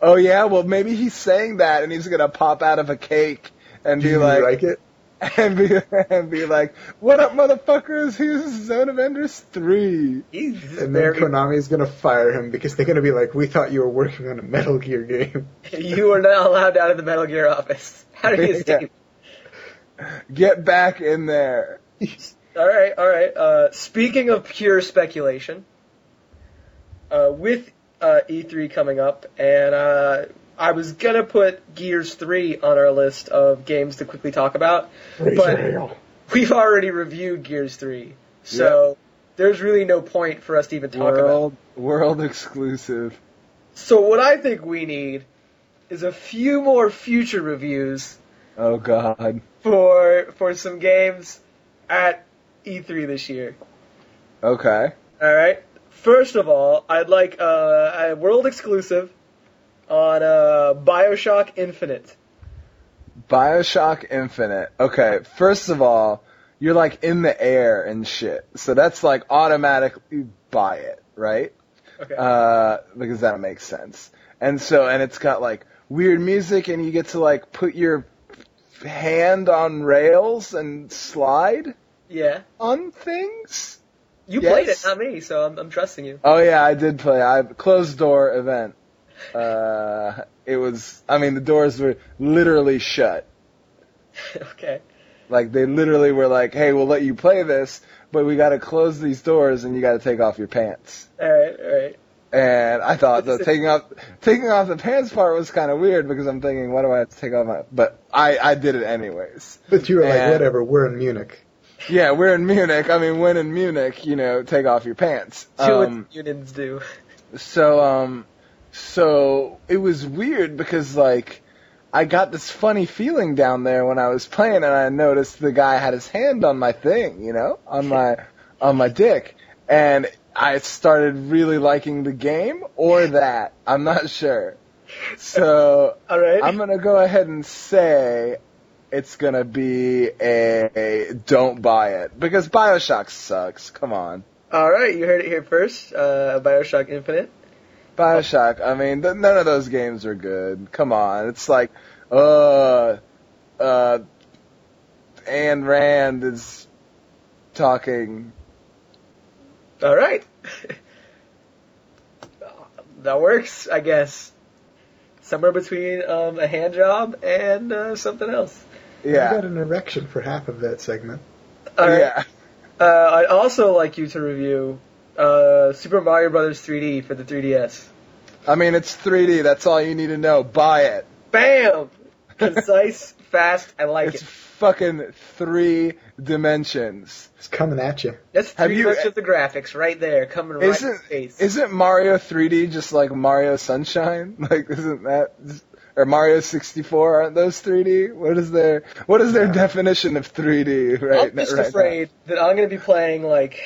Speaker 2: Oh yeah, well maybe he's saying that and he's going to pop out of a cake and
Speaker 1: Do
Speaker 2: be
Speaker 1: you
Speaker 2: like,
Speaker 1: like, it?
Speaker 2: <laughs> and be and be like, "What up motherfuckers? Here's Zone of Enders 3."
Speaker 3: He's just
Speaker 1: And then
Speaker 3: very-
Speaker 1: Konami's going to fire him because they're going to be like, "We thought you were working on a Metal Gear game."
Speaker 3: <laughs> you are not allowed out of the Metal Gear office. <laughs> How do you
Speaker 2: Yeah.
Speaker 3: escape?
Speaker 2: Get back in there.
Speaker 3: All right, all right. Uh, speaking of pure speculation, uh, with uh, E3 coming up, and uh, I was gonna put Gears 3 on our list of games to quickly talk about, but
Speaker 1: Israel.
Speaker 3: we've already reviewed Gears 3, so there's really no point for us to even talk about.
Speaker 2: world world exclusive.
Speaker 3: So what I think we need is a few more future reviews
Speaker 2: Oh god.
Speaker 3: for for some games at E3 this year.
Speaker 2: Okay.
Speaker 3: All right. First of all, I'd like uh, a world exclusive on uh, BioShock Infinite.
Speaker 2: BioShock Infinite. Okay, first of all, you're like in the air and shit. So that's like automatic you buy it, right?
Speaker 3: Okay.
Speaker 2: Uh because that makes sense. And so and it's got like weird music and you get to like put your hand on rails and slide
Speaker 3: yeah.
Speaker 2: on things.
Speaker 3: You
Speaker 2: yes.
Speaker 3: played it, not me, so I'm, I'm trusting you. <laughs>
Speaker 2: Oh yeah, I did play. I closed door event. Uh it was I mean the doors were literally shut.
Speaker 3: okay.
Speaker 2: Like they literally were like, "Hey, we'll let you play this, but we got to close these doors and you got to take off your pants."
Speaker 3: All right. All right.
Speaker 2: And I thought the taking off taking off the pants part was kind of weird because I'm thinking, "Why do I have to take off my?" But I I did it anyways.
Speaker 1: But you were like,
Speaker 2: And-
Speaker 1: "Whatever, we're in Munich."
Speaker 2: Yeah, we're in Munich. I mean, when in Munich, you know, take off your pants.
Speaker 3: See
Speaker 2: Um,
Speaker 3: what unions do.
Speaker 2: so um so it was weird because like I got this funny feeling down there when I was playing and I noticed the guy had his hand on my thing, you know, on my on my dick and I started really liking the game or that. I'm not sure. So
Speaker 3: All right.
Speaker 2: I'm going to go ahead and say it's going to be a, a don't buy it because BioShock sucks. Come on.
Speaker 3: All right. You heard it here first. Uh, BioShock Infinite.
Speaker 2: Bioshock. I mean, th- none of those games are good. Come on, it's like, uh, uh, Anne Rand is talking.
Speaker 3: All right. <laughs> that works, I guess. Somewhere between um, a hand job and uh, something else.
Speaker 1: You
Speaker 2: Yeah,
Speaker 1: got an erection for half of that segment.
Speaker 3: All right.
Speaker 2: yeah.
Speaker 3: Uh, I'd also like you to review uh, Super Mario Brothers 3D for the 3DS.
Speaker 2: I mean, it's 3D. That's all you need to know. Buy it. <laughs>
Speaker 3: Bam! Concise, fast. I like
Speaker 2: it's
Speaker 3: it.
Speaker 2: fucking three dimensions.
Speaker 1: It's coming at you.
Speaker 3: That's
Speaker 2: have
Speaker 3: three
Speaker 2: you-
Speaker 3: much of the graphics right there, coming right in the
Speaker 2: Isn't
Speaker 3: face.
Speaker 2: isn't Mario 3D just like Mario Sunshine? <laughs> Like, isn't that or Mario 64? Aren't those 3D? What is their what is their definition of 3D right
Speaker 3: I'm just
Speaker 2: right now?
Speaker 3: afraid that I'm gonna be playing like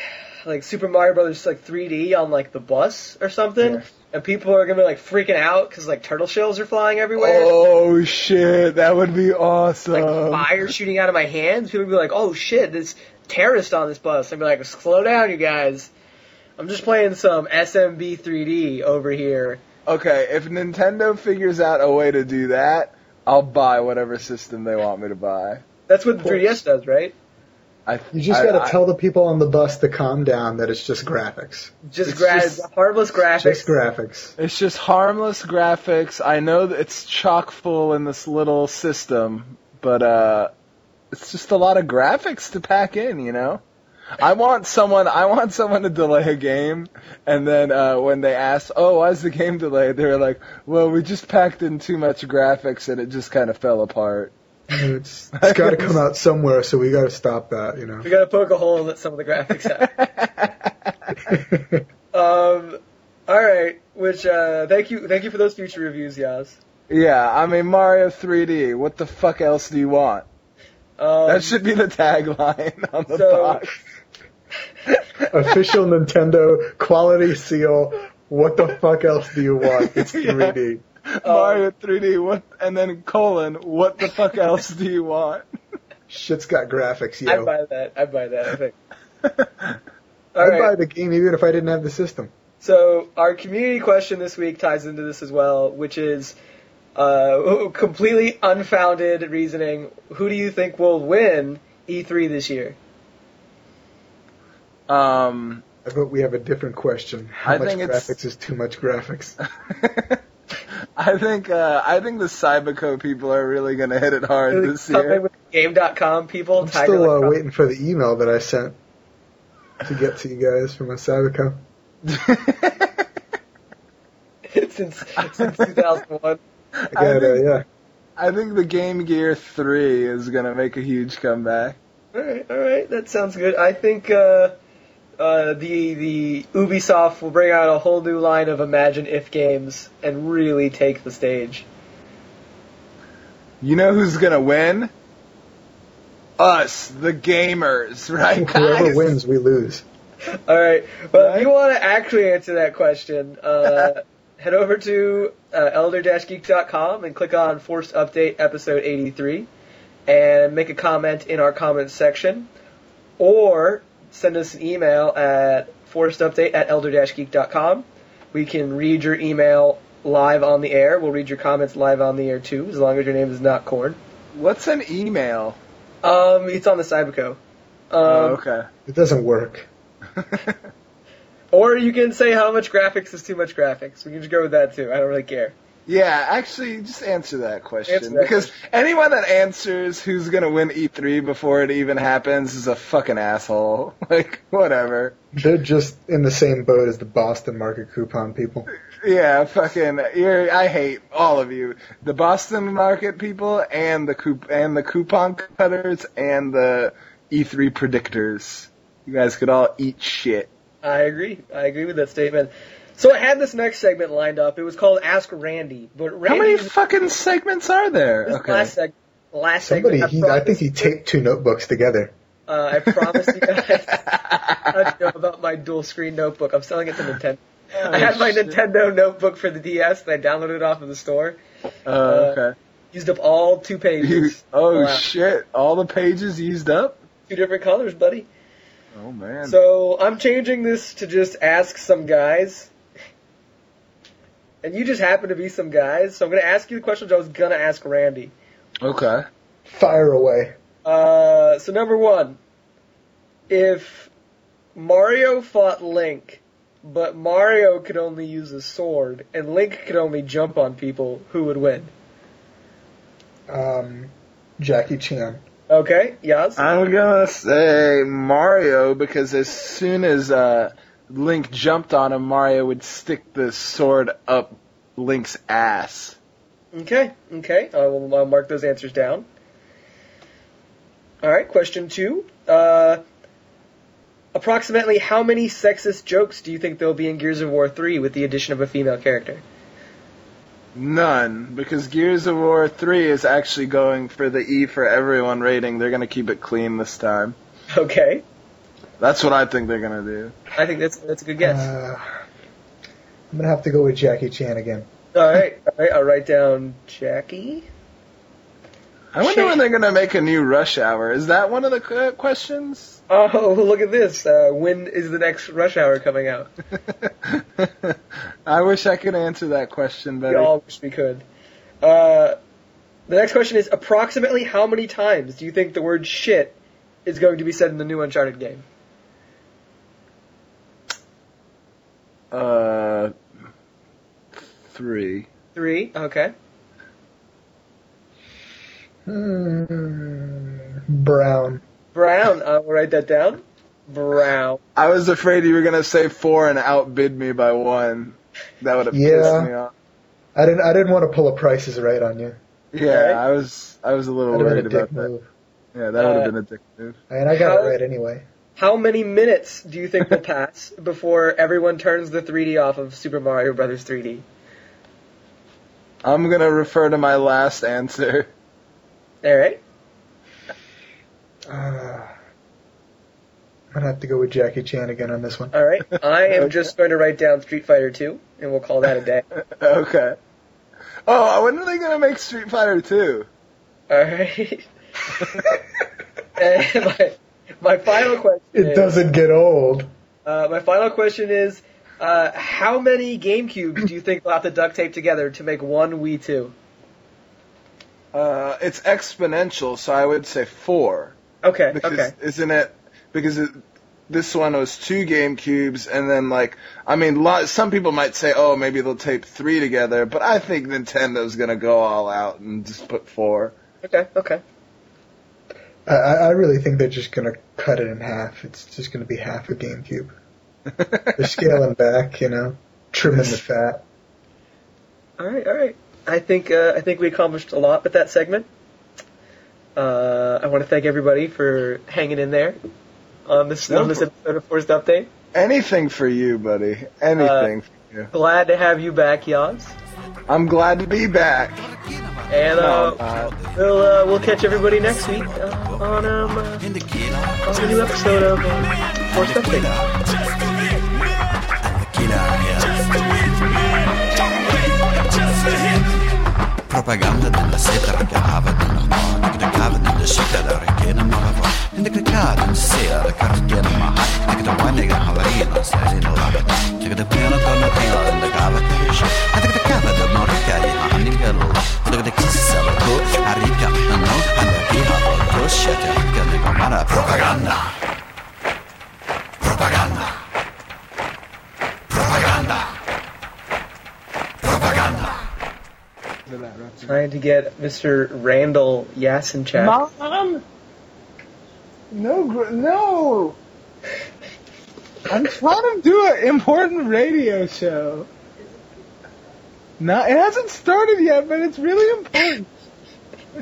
Speaker 3: like Super Mario Brothers like 3D on like the bus or something,
Speaker 2: Yeah.
Speaker 3: and people are gonna be like freaking out because like turtle shells are flying everywhere.
Speaker 2: Oh uh. shit, that would be
Speaker 3: like
Speaker 2: awesome.
Speaker 3: fire shooting out of my hands. People would be like, "Oh shit, this terrorist on this bus." I'd be like, "Slow down, you guys. I'm just playing some SMB 3D over here."
Speaker 2: Okay, if Nintendo figures out a way to do that, I'll buy whatever system they want me to buy.
Speaker 3: That's what the 3DS does, right?
Speaker 2: I,
Speaker 1: You just
Speaker 2: I-
Speaker 1: got
Speaker 2: I-
Speaker 1: to tell the people on the bus to calm down that it's just graphics.
Speaker 3: Just,
Speaker 2: It's
Speaker 3: gra-
Speaker 2: just-
Speaker 3: harmless graphics.
Speaker 1: Just graphics.
Speaker 2: It's just harmless graphics. I know that it's chock full in this little system, but uh it's just a lot of graphics to pack in, you know? I want someone I want someone to delay a game and then uh when they asked, "Oh, why is the game delayed?" they were like, "Well, we just packed in too much graphics and it just kind of fell apart."
Speaker 1: It's, it's got to come out somewhere, so we got to stop that. You know.
Speaker 3: We gotta poke a hole in some of the graphics out. Um, all right. Which uh, thank you, thank you for those future reviews, Yaz.
Speaker 2: <laughs> yeah, I mean Mario 3D. What the fuck else do you want?
Speaker 3: Um,
Speaker 2: That should be the tagline on the
Speaker 3: So-
Speaker 2: box.
Speaker 1: <laughs> Official Nintendo quality seal. What the fuck else do you want? It's 3D.
Speaker 2: Mario 3D. What? And then colon. What the fuck else do you want?
Speaker 1: Shit's got graphics, yo.
Speaker 3: I buy that. I buy that. I think. All
Speaker 1: I'd
Speaker 3: right.
Speaker 1: buy the game even if I didn't have the system.
Speaker 3: So our community question this week ties into this as well, which is uh, <laughs> completely unfounded reasoning. Who do you think will win E3 this year?
Speaker 2: <laughs> Um. <laughs>
Speaker 1: I vote we have a different question. How
Speaker 2: I
Speaker 1: much
Speaker 2: think it's-
Speaker 1: graphics is too much graphics?
Speaker 2: I think uh, I think the Cyberco people are really gonna hit it hard this
Speaker 3: Something
Speaker 2: year.
Speaker 3: with Game.com people.
Speaker 1: I'm
Speaker 3: Tiger
Speaker 1: still uh,
Speaker 3: Electronics.
Speaker 1: waiting for the email that I sent to get to you guys from Asabico.
Speaker 3: <laughs> since since 2001.
Speaker 1: I
Speaker 2: <laughs> I
Speaker 1: got uh,
Speaker 2: think-
Speaker 1: yeah.
Speaker 2: I think the Game Gear 3 is gonna make a huge comeback.
Speaker 3: All right, all right, that sounds good. I think uh, uh, the the Ubisoft will bring out a whole new line of Imagine If games and really take the stage.
Speaker 2: You know who's gonna win? Us, the gamers, right? <laughs>
Speaker 1: Whoever
Speaker 2: guys?
Speaker 1: wins, we lose.
Speaker 3: <laughs> All right, well, if
Speaker 2: Right.
Speaker 3: you want to actually answer that question,
Speaker 2: <laughs>
Speaker 3: uh, head over to uh, elder-geek.com and click on Forced Update Episode 83 and make a comment in our comments section, or send us an email at forcedupdate at elder-geek.com. We can read your email live on the air. We'll read your comments live on the air too, as long as your name is not Corn.
Speaker 2: What's an email?
Speaker 3: Um, it's on the Cyberco. Um,
Speaker 2: oh, okay.
Speaker 1: It doesn't work.
Speaker 2: <laughs>
Speaker 3: Or you can say how much graphics is too much graphics. We can just go with that too. I don't really care.
Speaker 2: Yeah, actually, just answer that question
Speaker 3: Answer that
Speaker 2: because anyone that answers who's gonna win E3 before it even happens is a fucking asshole. <laughs> Like, whatever.
Speaker 1: They're just in the same boat as the Boston market coupon people.
Speaker 2: Yeah, fucking. You're, I hate all of you. The Boston market people and the coup and the coupon cutters and the E3 predictors. You guys could all eat shit.
Speaker 3: I agree. I agree with that statement. So I had this next segment lined up. It was called Ask Randy, but
Speaker 2: How many
Speaker 3: Randy
Speaker 2: fucking segments are there?
Speaker 3: this
Speaker 2: Okay.
Speaker 3: last seg- last
Speaker 1: Somebody,
Speaker 3: segment.
Speaker 1: he, I think he taped two notebooks together.
Speaker 3: uh, I promised
Speaker 2: <laughs>
Speaker 3: you guys
Speaker 1: <laughs>
Speaker 3: I'd know about my dual screen notebook. I'm selling it to Nintendo.
Speaker 2: Oh,
Speaker 3: I had my
Speaker 2: shit.
Speaker 3: Nintendo notebook for the DS, and I downloaded it off of the store.
Speaker 2: Oh, okay.
Speaker 3: Used up all two
Speaker 1: <laughs>
Speaker 2: You-
Speaker 3: pages.
Speaker 2: <laughs> oh
Speaker 3: Uh, Wow.
Speaker 2: shit! All the pages used up.
Speaker 3: Two different colors, buddy.
Speaker 2: Oh man.
Speaker 3: So I'm changing this to just ask some guys. And you just happen to be some guys, so I'm gonna ask you the questions I was gonna ask Randy.
Speaker 2: okay.
Speaker 1: Fire away.
Speaker 3: Uh, so number one, if Mario fought Link, but Mario could only use a sword and Link could only jump on people, who would win?
Speaker 1: Um, Jackie Chan.
Speaker 3: Okay, yes.
Speaker 2: I'm gonna say Mario because as soon as uh, Link jumped on him, Mario would stick the sword up Link's ass.
Speaker 3: Okay, okay. I will I'll mark those answers down. All right, question two. Uh, approximately how many sexist jokes do you think there'll be in Gears of War 3 with the addition of a female character? <laughs>
Speaker 2: None, because Gears of War 3 is actually going for the E for everyone rating. They're gonna keep it clean this time.
Speaker 3: Okay,
Speaker 2: That's what I think they're gonna do.
Speaker 3: I think that's that's a good guess.
Speaker 1: Uh, I'm gonna have to go with Jackie Chan again.
Speaker 3: all right, all right. I'll write down Jackie.
Speaker 2: I wonder
Speaker 3: Shit.
Speaker 2: when they're gonna make a new Rush Hour. Is that one of the que- questions? <laughs>
Speaker 3: Oh, <laughs> look at this. Uh, when is the next Rush Hour coming out?
Speaker 2: I wish I could answer that question
Speaker 3: We
Speaker 2: better.
Speaker 3: all wish we could. Uh, the next question is approximately how many times do you think the word shit is going to be said in the new Uncharted game?
Speaker 2: Uh, three.
Speaker 3: Three. Okay.
Speaker 1: Hmm, Brown.
Speaker 3: Brown. I will write that down. Brown.
Speaker 2: I was afraid you were gonna say four and outbid me by one. That would have
Speaker 1: Yeah.
Speaker 2: pissed me off.
Speaker 1: I didn't. I didn't want to pull a prices right on you.
Speaker 2: Yeah,
Speaker 3: Alright.
Speaker 2: I was I was a little
Speaker 1: That'd have
Speaker 2: worried
Speaker 1: been a dick
Speaker 2: about that.
Speaker 1: move.
Speaker 2: Yeah, that would
Speaker 3: Uh,
Speaker 2: have been a dick move.
Speaker 1: And I got
Speaker 3: How-
Speaker 1: it right anyway.
Speaker 3: How many minutes do
Speaker 1: <laughs>
Speaker 3: you think will pass before everyone turns the 3D off of Super Mario Brothers 3D?
Speaker 2: I'm gonna refer to my last answer. <laughs>
Speaker 3: All right.
Speaker 1: Uh, I'm gonna have to go with Jackie Chan again on this one.
Speaker 3: All right. I am
Speaker 2: Okay.
Speaker 3: just going to write down Street Fighter 2 and we'll call that
Speaker 1: <laughs>
Speaker 3: a day.
Speaker 2: okay. Oh, when are they gonna make Street Fighter Two?
Speaker 3: All right. <laughs> And my, my final question
Speaker 1: <laughs> It
Speaker 3: is-
Speaker 1: doesn't get old.
Speaker 3: Uh, my final question is, uh, how many Game Cubes do you think we'll have to duct tape together to make one Wii 2?
Speaker 2: Uh, it's exponential, so I would say four.
Speaker 3: Okay,
Speaker 2: Because
Speaker 3: okay.
Speaker 2: isn't it? Because it, this one was two Game Cubes, and then like I mean, lot, some people might say, oh, maybe they'll tape three together, but I think Nintendo's gonna go all out and just put four. <laughs>
Speaker 3: Okay, okay.
Speaker 1: I, I I really think they're just gonna cut it in half. It's just gonna be half a GameCube. They're scaling back, you know, trimming the fat.
Speaker 3: All right, all right. I think uh, I think we accomplished a lot with that segment. Uh, I want to thank everybody for hanging in there on this
Speaker 2: No
Speaker 3: on this
Speaker 2: problem.
Speaker 3: episode of Forced Update.
Speaker 2: Anything for you, buddy. Anything. for you.
Speaker 3: Glad to have you back, Yaz.
Speaker 2: I'm glad to be back.
Speaker 3: And uh,
Speaker 2: Come on, Todd.
Speaker 3: we'll uh, we'll catch everybody next week uh, on um uh, on a new episode of uh, Forced Update.
Speaker 4: Propaganda della seta recava della morte, cliccava della scelta da regina malava. Inde cliccava in sera, da cartiera maha, take the one nigga havarina, sari la lava. Take the piano con la tela, in the cava tisha. I take the cava da morica, di hani gala. Take the kiss of a coach, a rica, no, no, and the kiha, a coach, a rica, nigga, mara. Propaganda. Propaganda. Propaganda. Propaganda.
Speaker 3: Trying to get Mr. Randall Yasinchak.
Speaker 2: Mom? No, gr- no. I'm trying to do an important radio show. Not, it hasn't started yet, but it's really important. <laughs>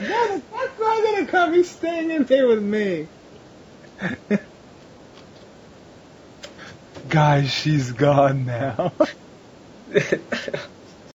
Speaker 2: no, that's not gonna come. He's staying in here with me.
Speaker 3: <laughs>
Speaker 2: Guys, she's gone now.